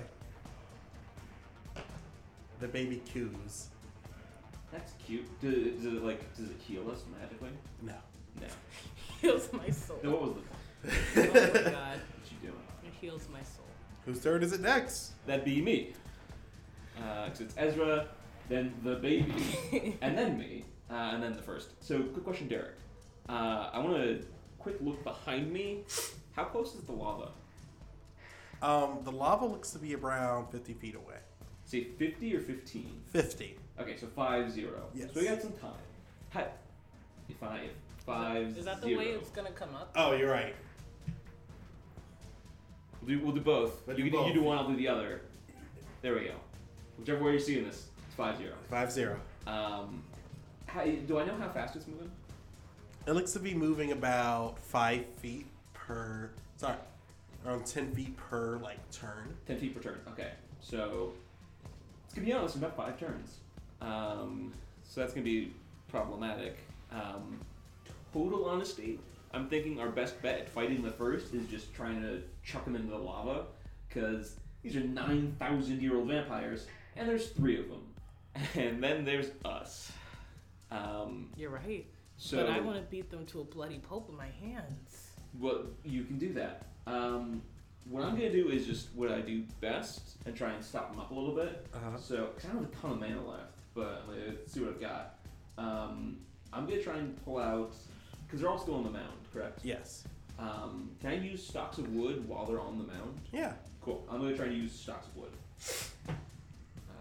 A: The baby coos.
C: That's cute. Does, does it like does it heal us magically?
A: No.
C: No.
B: Heals my soul.
C: Then what was the point?
B: Oh my god.
C: What you doing?
B: It heals my soul.
A: Whose turn is it next?
C: That'd be me. Uh, 'cause it's Ezra, then
B: [laughs]
C: the baby, and then me, uh, and then the first. So, quick question, Derek. Uh, I want to quick look behind me. How close is the lava?
A: Um, the lava looks to be around 50 feet away.
C: Say 50 or 15?
A: 50.
C: Okay, so 5 0.
A: Yes.
C: So we got some time. Hi. If I. If five,
B: Is that the
C: zero.
B: way it's gonna come up?
A: Oh, you're right.
C: We'll do, we'll do both.
A: We'll
C: you,
A: do
C: can- you
A: both.
C: do one, I'll do the other. There we go. Whichever way you're seeing this, it's 5 0.
A: 5 0.
C: Um, how, do I know how fast it's moving?
A: It looks to be moving about 5 feet per. Sorry. Around 10 feet per, like, turn.
C: 10 feet per turn. Okay. So, it's going to be honest, about five turns. Um, so, that's going to be problematic. Um, total honesty, I'm thinking our best bet at fighting the first is just trying to chuck them into the lava because these are 9,000 year old vampires, and there's three of them. [laughs] And then there's us. Um,
B: You're right.
C: so,
B: but I want to beat them to a bloody pulp with my hands.
C: Well, you can do that. Um, what I'm gonna do is just what I do best and try and stop them up a little bit.
A: Uh-huh.
C: So, cause I don't have a ton of mana left, but like, let's see what I've got. Um, I'm gonna try and pull out because they're all still on the mound, correct?
A: Yes.
C: Um, can I use stocks of wood while they're on the mound?
A: Yeah.
C: Cool. I'm gonna try and use stocks of wood. Uh,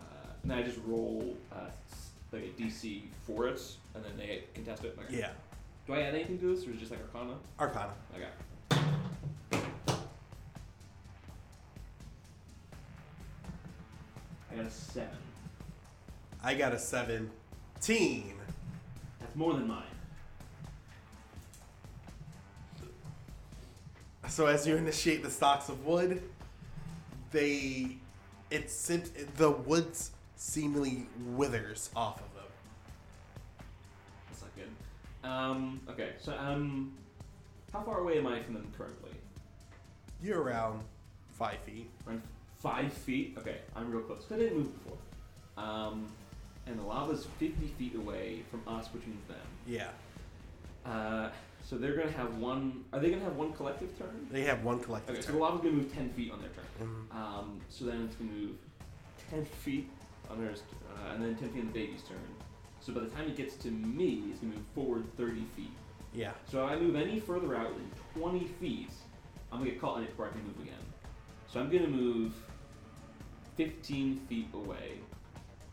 C: and then I just roll uh, s- like a DC for it, and then they contest it. Okay.
A: Yeah.
C: Do I add anything to this, or is it just like Arcana?
A: Arcana.
C: Okay. I got a seven.
A: I got a 17.
C: That's more than mine.
A: So as you initiate the stalks of wood, they it sen- the woods seemingly withers off of them.
C: That's not good. Um. Okay. So um, how far away am I from them currently?
A: You're around five feet.
C: I'm five feet. Okay. I'm real close. I didn't move before. Um, and the lava's fifty feet away from us, which means them.
A: Yeah,
C: Uh, so they're gonna have one. Are they gonna have one collective turn?
A: they have one collective
C: Okay. So the
A: turn.
C: lava's gonna move ten feet on their turn.
A: Mhm.
C: Um, so then it's gonna move ten feet on hers, uh, and then ten feet on the baby's turn. So by the time it gets to me, it's gonna move forward thirty feet.
A: Yeah,
C: So if I move any further out than twenty feet, I'm gonna get caught in it before I can move again. So I'm gonna move 15 feet away.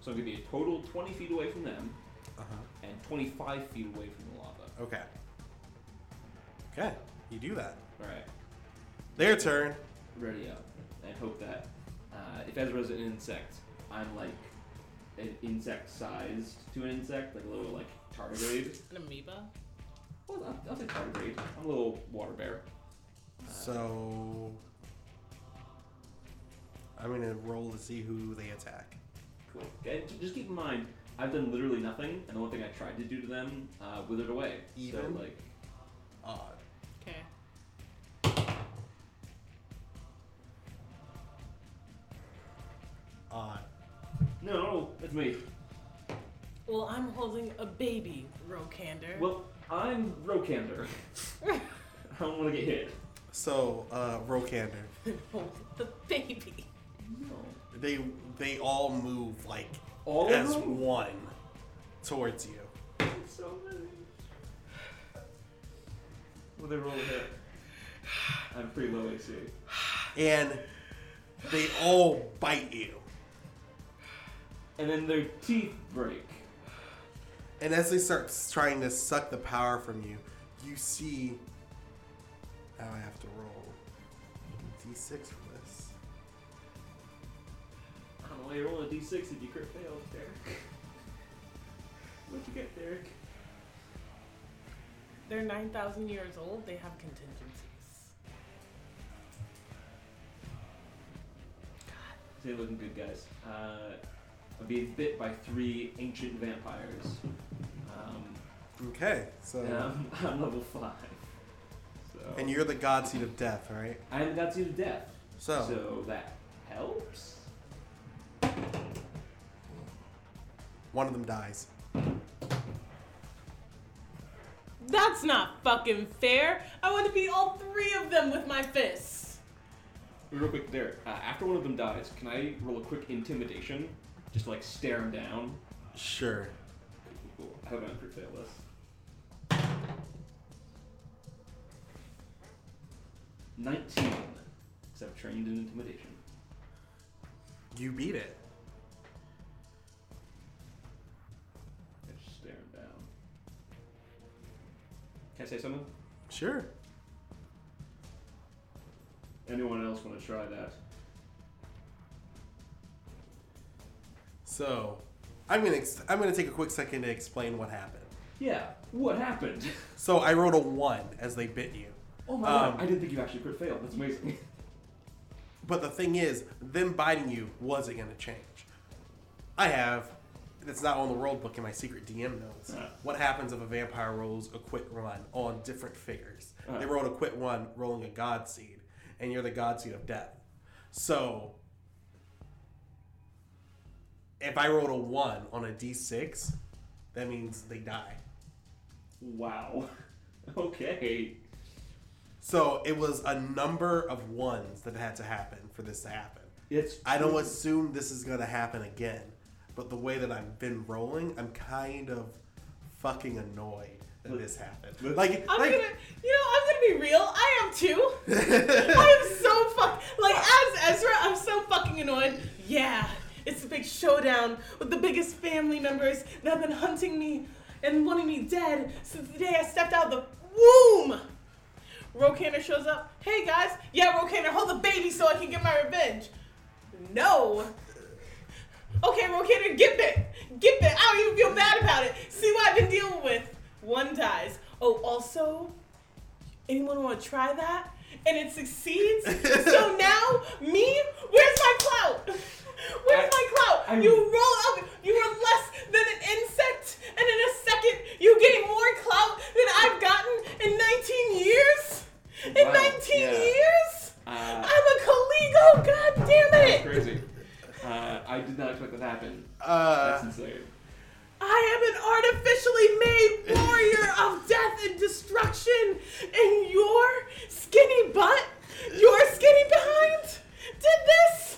C: So I'm going to be a total 20 feet away from them
A: Uh-huh.
C: and 25 feet away from the lava.
A: Okay. Okay. You do that.
C: Alright,
A: Their turn.
C: ready up. And hope that uh, if Ezra's an insect, I'm like an insect sized to an insect, like a little like tardigrade.
B: An amoeba?
C: Well, I'll, I'll say tardigrade. I'm a little water bear.
A: So I'm gonna roll to see who they attack.
C: Cool. Okay, j- just keep in mind, I've done literally nothing, and the one thing I tried to do to them uh, withered away.
A: Even?
C: So like,
A: Odd.
B: Okay.
A: Odd.
C: no, that's me.
B: Well, I'm holding a baby, Rokander.
C: Well, I'm Rokander. [laughs] I don't want to get hit.
A: So uh, Rokander.
B: [laughs] Hold the baby.
C: No.
A: They they all move like
C: All
A: as
C: of them.
A: one towards you.
C: So many. Well, they roll a hit. I'm pretty low AC.
A: and they all bite you.
C: And then their teeth break.
A: And as they start trying to suck the power from you, you see. Now I have to roll d6 for this.
C: I don't know why you roll a d6 if you crit fail, Derek. [laughs] What'd you get, Derek?
B: They're 9,000 years old. They have contingencies.
C: They're looking good, guys. Uh, I'm being bit by three ancient vampires. Um,
A: Okay, so.
C: and I'm, [laughs] I'm level five. So
A: Oh. And you're the god seed of death, right?
C: I haven't got to the death,
A: So,
C: so that helps.
A: one of them dies.
B: That's not fucking fair. I want to beat all three of them with my fists.
C: Real quick, there. Uh, after one of them dies, can I roll a quick intimidation? Just to, like stare him down.
A: Sure.
C: Cool. I hope I don't crit fail this. Nineteen, because I'm trained in intimidation.
A: You beat it.
C: I just stare him down. Can I say something?
A: Sure.
C: Anyone else want to try that?
A: So, I'm gonna ex- I'm gonna take a quick second to explain what happened.
C: Yeah. What happened? [laughs]
A: So I rolled a one as they bit you.
C: Oh my
A: Um,
C: god! I didn't think you actually crit failed. That's amazing. [laughs]
A: But the thing is, them biting you wasn't going to change. I have. It's not on the world book in my secret DM notes.
C: Uh.
A: What happens if a vampire rolls a quit run on different figures?
C: Uh.
A: They rolled a quit one rolling a god seed, and you're the god seed of death. So, if I rolled a one on a d6, that means they die.
C: wow. [laughs] Okay.
A: So it was a number of ones that had to happen for this to happen.
C: It's.
A: I don't assume this is gonna happen again, but the way that I've been rolling, I'm kind of fucking annoyed that this happened.
C: Look-
A: Like,
B: I'm
A: like
B: gonna, you know, I'm gonna be real. I am too. [laughs] I am so fuck. Like as Ezra, I'm so fucking annoyed. Yeah, it's the big showdown with the biggest family members that have been hunting me and wanting me dead since the day I stepped out of the womb. Rokander shows up. Hey guys, yeah, Rokander, hold the baby so I can get my revenge. No. Okay, Rokander, get it. Get it. I don't even feel bad about it. See what I've been dealing with. One dies. Oh, also, anyone want to try that? And it
C: [laughs]
B: succeeds. so now, me, where's my clout? Where's my clout?
C: I-
B: you rolled up. You were less than an insect, and in a second, you gain more clout than I've gotten in 19 years. In
C: Wow,
B: 19
C: yeah.
B: years,
C: Uh,
B: I'm a Caligo. God damn
C: that's
B: it!
C: crazy. [laughs] Uh, I did not expect that to happen.
A: [laughs]
C: That's
A: uh,
C: insane.
B: I am an artificially made warrior of death and destruction, and your skinny butt, your skinny behind, did this.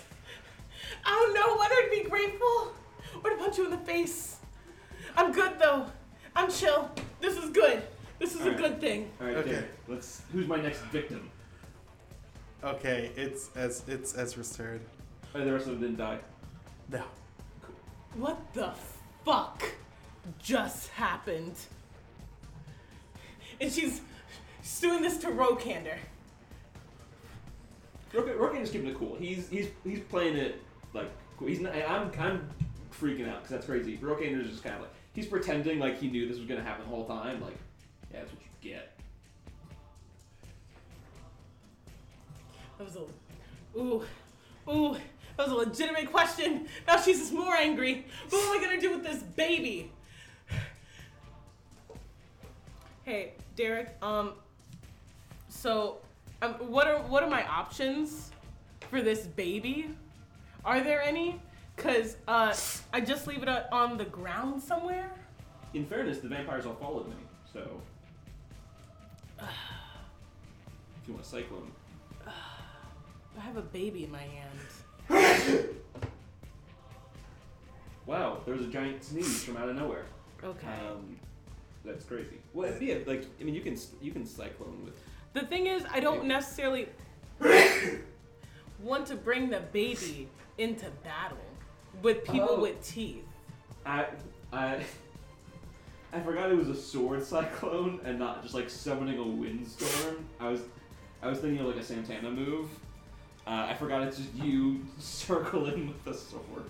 B: I don't know whether to be grateful or to punch you in the face. I'm good though. I'm chill. This is good. This is a
C: Alright.
B: good thing.
C: All right,
A: Okay.
C: Derek, Let's. Who's my next victim?
A: okay, it's as it's Ezra's turn.
C: And Uh, the rest of them didn't die.
A: No.
B: What the fuck just happened? And she's, she's doing this to Rokander.
C: Rogan, Rogan is keeping it cool. He's he's he's playing it like cool. He's not, I'm I'm freaking out because that's crazy. Rogan is just kind of like he's pretending like he knew this was gonna happen the whole time. Like yeah, that's what you get.
B: That was a, ooh, ooh, that was a legitimate question. Now she's just more angry. What am I gonna do with this baby? Hey, Derek. Um. So, um, what are what are my options for this baby? Are there any? Cause uh, I just leave it o- on the ground somewhere.
C: In fairness, the vampires all followed me, so [sighs] if you want to cycle him,
B: I have a baby in my hand.
C: wow, there was a giant sneeze from out of nowhere.
B: Okay.
C: Um, that's crazy. Well, it'd be a, like I mean, you can you can cyclone with
B: The thing is, I don't necessarily want to bring the baby into battle with people
C: Oh.
B: with teeth.
C: I I I forgot it was a sword cyclone and not just like summoning a windstorm. I was I was thinking of like a Santana move. Uh, I forgot it's just you [laughs] circling with the sword.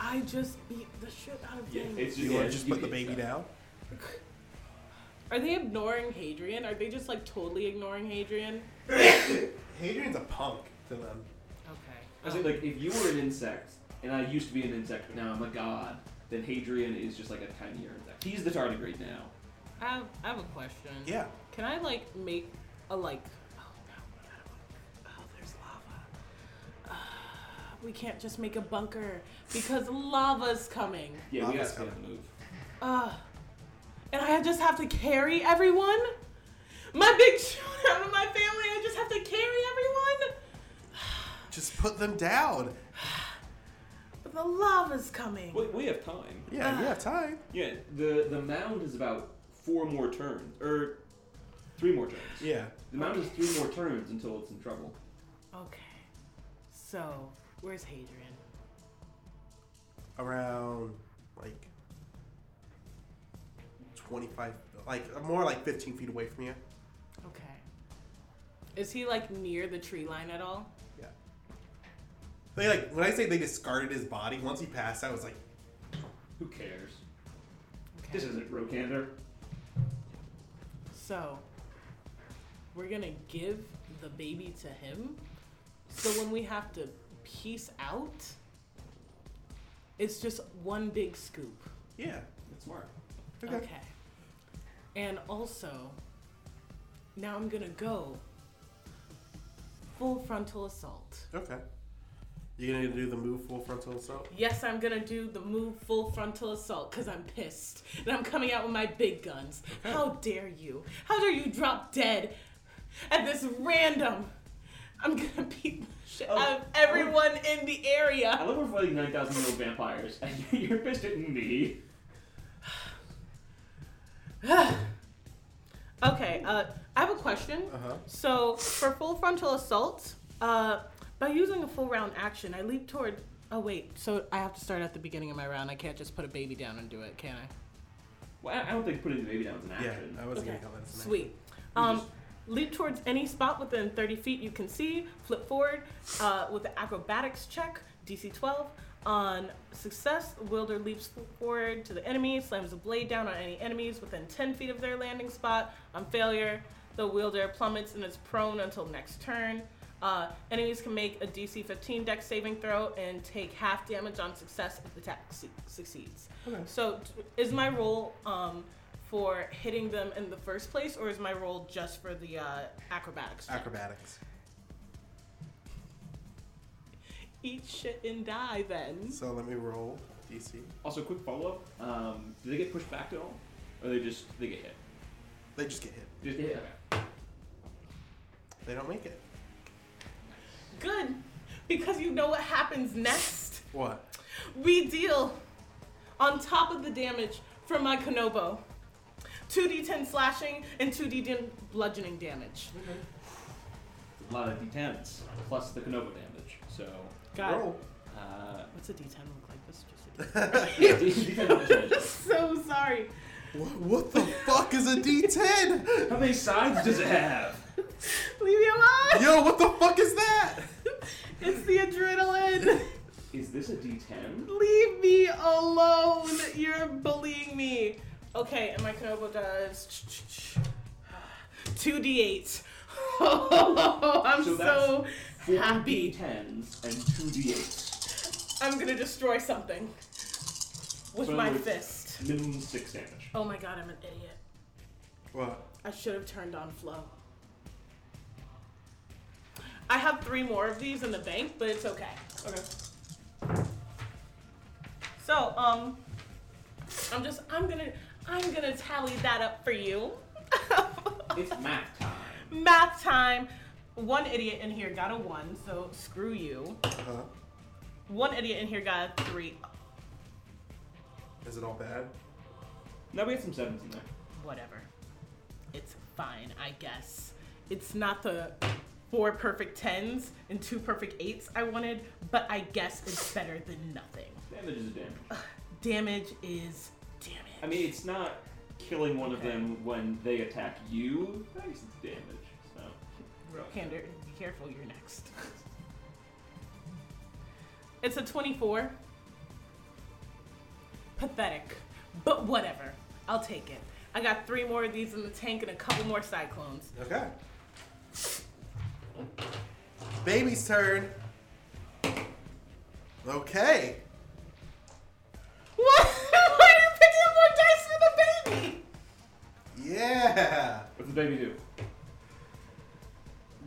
B: I just beat the shit out of
C: Yeah,
B: them.
C: it's
A: You
C: just, yeah,
A: want to
C: it's
A: just
C: you
A: put the
C: being
A: baby
C: stuck.
A: down?
B: Are they ignoring Hadrian? Are they just like totally ignoring Hadrian?
A: Hadrian's a punk to them.
B: Okay. Oh,
C: I was like, like, if you were an insect and I used to be an insect, but now I'm a god, then Hadrian is just like a tinier insect. He's the tardigrade now.
B: I have, I have a question.
A: Yeah.
B: Can I like make a like? Oh no! I don't wanna- Oh, there's lava. Ah, [sighs] we can't just make a bunker because lava's coming.
C: Yeah, we
A: Lava's
C: got to
A: coming.
C: move.
B: Uh, and I just have to carry everyone? My big shootout of my family, I just have to carry everyone?
A: Just put them down.
B: But the lava's coming.
C: We, we have time.
A: Yeah, you have time.
C: Yeah, the the mound is about four more turns, or three more turns.
A: Yeah.
C: The mound is three more turns until it's in trouble.
B: Okay. So, where's Hadrian?
A: Around like 25, like more like 15 feet away from you.
B: Okay. Is he like near the tree line at all?
A: Yeah. They like when I say they discarded his body. Once he passed, I was like,
C: Who cares?
B: Okay.
C: This isn't Rokander.
B: So, we're gonna give the baby to him. So when we have to piece out, it's just one big scoop.
A: yeah,
C: That's smart.
A: okay.
B: Okay. And also, now I'm gonna go full frontal assault.
A: Okay. You gonna do the move full frontal assault?
B: Yes, I'm gonna do the move full frontal assault because I'm pissed. And I'm coming out with my big guns. How dare you? How dare you drop dead at this random? I'm gonna beat the shit
C: Oh,
B: out of everyone in the
C: I
B: area.
C: love we're fighting 9,000 year old vampires, and [laughs] you're pissed at me.
B: Okay, uh, I have a question.
A: Uh huh.
B: So for full frontal assault, uh, by using a full round action, I leap toward. Oh wait, so I have to start at the beginning of my round. I can't just put a baby down and do it, can I?
C: Well, I- I don't think putting the baby down is an
A: Yeah,
C: action.
A: I wasn't
B: Okay.
A: gonna call that. as an action.
B: Sweet. Um, leap towards any spot within 30 feet you can see. Flip forward uh, with the acrobatics check, DC 12. On success, Wilder leaps forward to the enemy, slams a blade down on any enemies within 10 feet of their landing spot. On failure, the wielder plummets and is prone until next turn. Uh, enemies can make a DC 15 dex saving throw and take half damage on success if the attack su- succeeds.
A: Okay.
B: So, t- is my roll um, for hitting them in the first place, or is my roll just for the uh, acrobatics? check?
A: Acrobatics.
B: Eat shit and die then.
A: So let me roll DC.
C: Also, quick follow up um, do they get pushed back at all? Or they just they get hit?
A: They just get hit.
C: Just get hit.
A: They don't make it.
B: Good, because you know what happens next.
A: What?
B: We deal on top of the damage from my Konobo 2d10 slashing and 2d10 bludgeoning damage.
C: A lot of d10s, plus the Canova damage. So, [laughs]
B: Got it.
A: roll.
C: Uh, [laughs]
B: What's a D10 look like? This is just a D10.
A: what,
C: yeah.
B: [laughs] so sorry.
A: what the fuck is a D10?
C: How many sides does it have?
B: Leave me alone.
A: [laughs] Yo, what the fuck is that?
B: It's the adrenaline.
C: Is this a D10?
B: Leave me alone. You're bullying me. Okay, and my Kenobo does 2d8. [laughs] I'm
C: So
B: so,
C: that's Four
B: happy.
C: D10s and two D8s.
B: I'm gonna destroy something with
C: So in
B: my
C: other words-
B: fist.
C: Minimum six damage.
B: Oh my god, I'm an idiot.
A: What?
B: I should have turned on flow. I have three more of these in the bank, but it's okay.
C: Okay.
B: So, um, I'm just, I'm gonna, I'm gonna tally that up for you. [laughs]
C: It's math time.
B: Math time. One idiot in here got a one, so screw you.
A: Huh?
B: One idiot in here got a three.
A: Is it all bad?
C: Now we have some sevens in there.
B: Whatever. It's fine, I guess. It's not the four perfect tens and two perfect eights I wanted, but I guess it's better than nothing.
C: Damage is damage.
B: Damage is damage.
C: I mean, it's not killing one of them when they attack you. I guess it's damage. So.
B: Pander, be careful, you're next. It's a 24. Pathetic. But whatever. I'll take it. I got three more of these in the tank and a couple more cyclones. [laughs]
A: Okay. Baby's turn. Okay.
B: What? Why are you picking up more dice for the baby?
A: Yeah.
C: What's the baby do?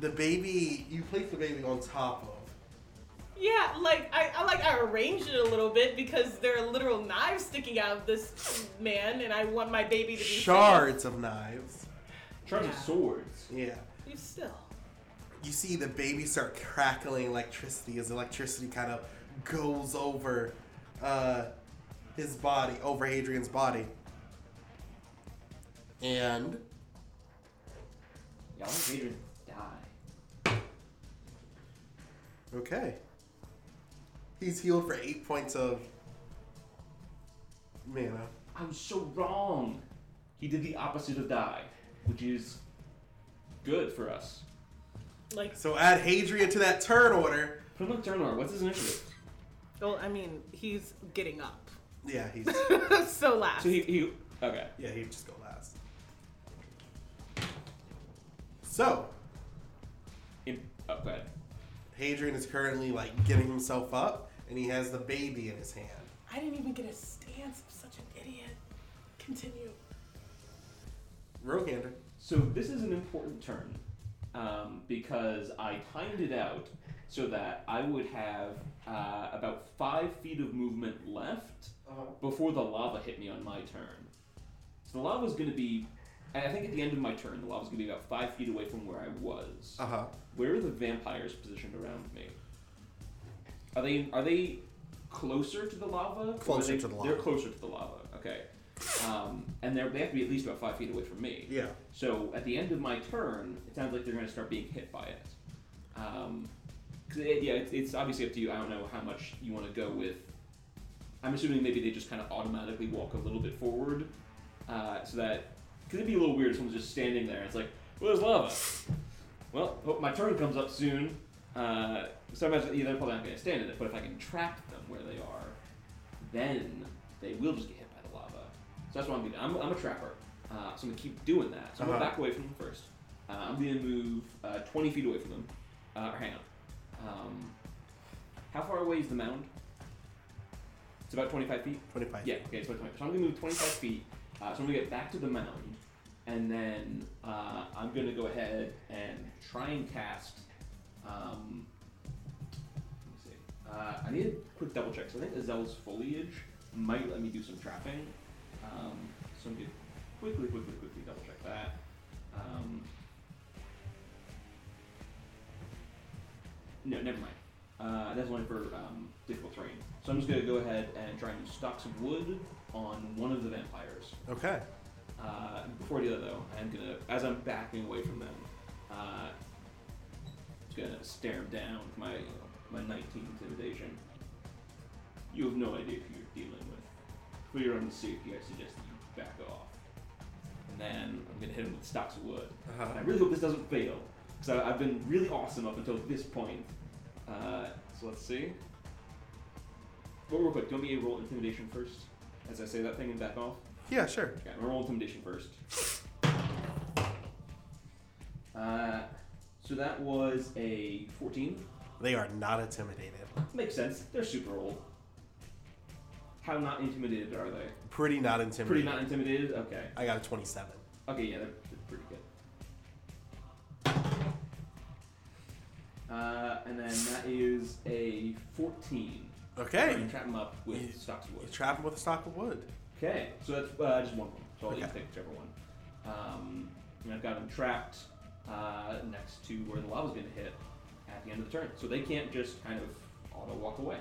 A: The baby, you place the baby on top of.
B: Yeah, like I, I like I arranged it a little bit because there are literal knives sticking out of this man, and I want my baby to be safe.
A: Shards of knives.
C: Charge of
B: Yeah.
C: swords.
A: Yeah.
B: You still.
A: You see the baby start crackling electricity as electricity kind of goes over uh, his body, over Hadrian's body. And
C: Y'all want Adrian to die.
A: Okay. He's healed for eight points of mana.
C: I was so wrong. He did the opposite of die, which is good for us.
B: Like,
A: So add Hadria to that turn order.
C: Put him on turn order. What's his initiative?
B: well, I mean, he's getting up. [laughs]
A: Yeah, [laughs] he's
B: so last.
C: So he, he okay.
A: yeah he'd just go last. So
C: In, oh, go ahead.
A: Hadrian is currently like getting himself up, and he has the baby in his hand.
B: I didn't even get a stance. I'm such an idiot. Continue.
A: Rogander.
C: So this is an important turn um, because I timed it out so that I would have uh, about five feet of movement left
A: Uh-huh.
C: before the lava hit me on my turn. So the lava is going to be, I I think at the end of my turn, the lava is going to be about five feet away from where I was.
A: Uh huh.
C: Where are the vampires positioned around me? Are they are they closer to the lava? or are
A: Closer
C: they-
A: to the lava.
C: They're closer to the lava. Okay. Um, and they're, they have to be at least about five feet away from me.
A: Yeah.
C: So at the end of my turn, it sounds like they're going to start being hit by it. Um, 'cause it- yeah, it's, it's obviously up to you. I don't know how much you want to go with. I'm assuming maybe they just kind of automatically walk a little bit forward, uh, so that because it'd be a little weird if someone's just standing there. It's like, well, there's lava. Well, hope my turn comes up soon. Uh, so I imagine yeah, they're probably not going to stand in it, but if I can trap them where they are, then they will just get hit by the lava. So that's what I'm going to do. I'm, I'm a trapper, uh, so I'm going to keep doing that. So I'm going to
A: Uh-huh.
C: back away from them first. Uh, I'm going to move uh, 20 feet away from them. Uh, or hang on. Um, how far away is the mound? It's about 25 feet?
A: Twenty-five.
C: Yeah, okay, so, 25. so I'm gonna move 25 feet. Uh, so I'm gonna get back to the mound, and then uh, I'm gonna go ahead and try and cast. Um, let me see. Uh, I need a quick double check. So I think Azel's foliage might let me do some trapping. Um, so I'm gonna quickly, quickly, quickly double check that. Um, no, never mind. Uh, that's only for um, difficult terrain. So I'm just going to go ahead and try and stock some wood on one of the vampires.
A: Okay.
C: Uh, before I do that, though, I'm going to, as I'm backing away from them, uh, just going to stare them down with my, you know, my 19 intimidation. You have no idea who you're dealing with. For your own safety, I suggest that you back off. And then I'm gonna hit him with stocks of wood.
A: Uh-huh.
C: And I really hope this doesn't fail, because I've been really awesome up until this point. Uh, so let's see. But real quick, don't be a roll intimidation first, as I say that thing and back off.
A: Yeah, sure.
C: Okay, I'm gonna roll intimidation first. Uh, so that was a 14.
A: They are not intimidated.
C: Makes sense. They're super old. How not intimidated are they?
A: Pretty not intimidated.
C: Pretty not intimidated. Okay.
A: I got a 27.
C: Okay, yeah, they're, they're pretty good. Uh, and then that is a 14.
A: Okay.
C: You trap them up with
A: You-
C: stocks of
A: You
C: wood.
A: trap him with a stock of wood.
C: Okay, so that's uh, just one of them. So I'll let you
A: Okay.
C: pick whichever one. Um, and I've got them trapped uh, next to where the lava's going to hit at the end of the turn. So they can't just kind of auto walk away.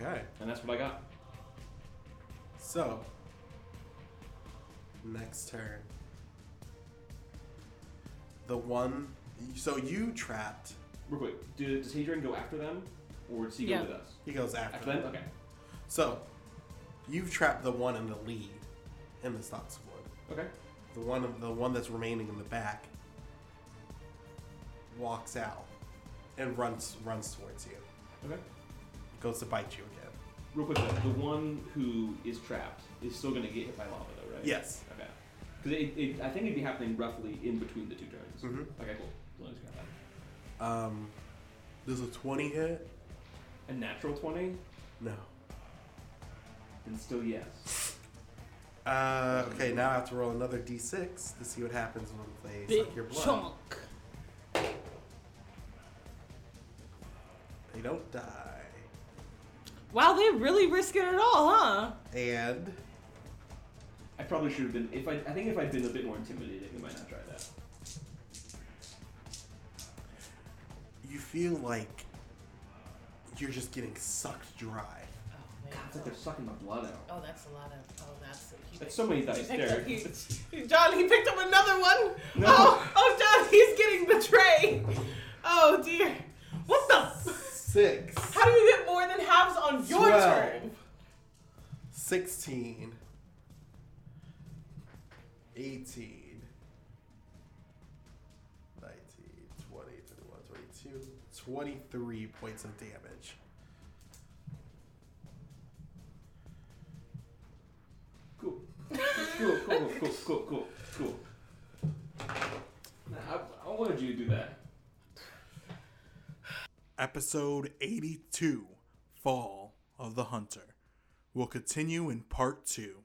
A: Okay.
C: And that's what I got.
A: So, next turn. The one. So you trapped.
C: Real quick, do, does Hadrian go after them, or does he
B: Yeah.
C: go with us?
A: He goes after.
C: After them? Okay.
A: So, you've trapped the one in the lead in the stocks of wood.
C: Okay.
A: The one, the one that's remaining in the back, walks out and runs runs towards you.
C: Okay.
A: Goes to bite you again.
C: Real quick, though, the one who is trapped is still going to get hit by lava, though, right?
A: Yes.
C: Okay. Because it, it, I think it'd be happening roughly in between the two turns.
A: Mhm.
C: Okay, cool. So let's grab that.
A: Um, does a twenty hit?
C: A natural 20,
A: No.
C: then still yes.
A: Uh, okay, now I have to roll another d6 to see what happens when they
B: Big
A: suck your blood.
B: chunk.
A: They don't die.
B: Wow, they're really risking it all, huh?
A: Oh, And
C: I probably should have been. If I, I think if I'd been a bit more intimidated, we might not try that.
A: you feel like you're just getting sucked dry.
B: Oh,
C: God, it's like they're sucking my blood out.
B: Oh, that's a lot of. Oh, that's. He
C: That's so
B: [laughs]
C: many
B: he
C: dice
B: picked
C: there.
B: up- he- John, he picked up another one.
C: No.
B: Oh, oh, John, he's getting betrayed. Oh dear. What the? f-
A: Six.
B: How do you get more than halves on your
A: Twelve.
B: turn?
A: 16. 18. 19, 20, 21, 22, 23 points of damage.
C: Cool. Cool, cool, cool, cool, cool, cool. Nah, I, I wanted you to do that.
D: Episode 82 Fall of the Hunter will continue in part 2.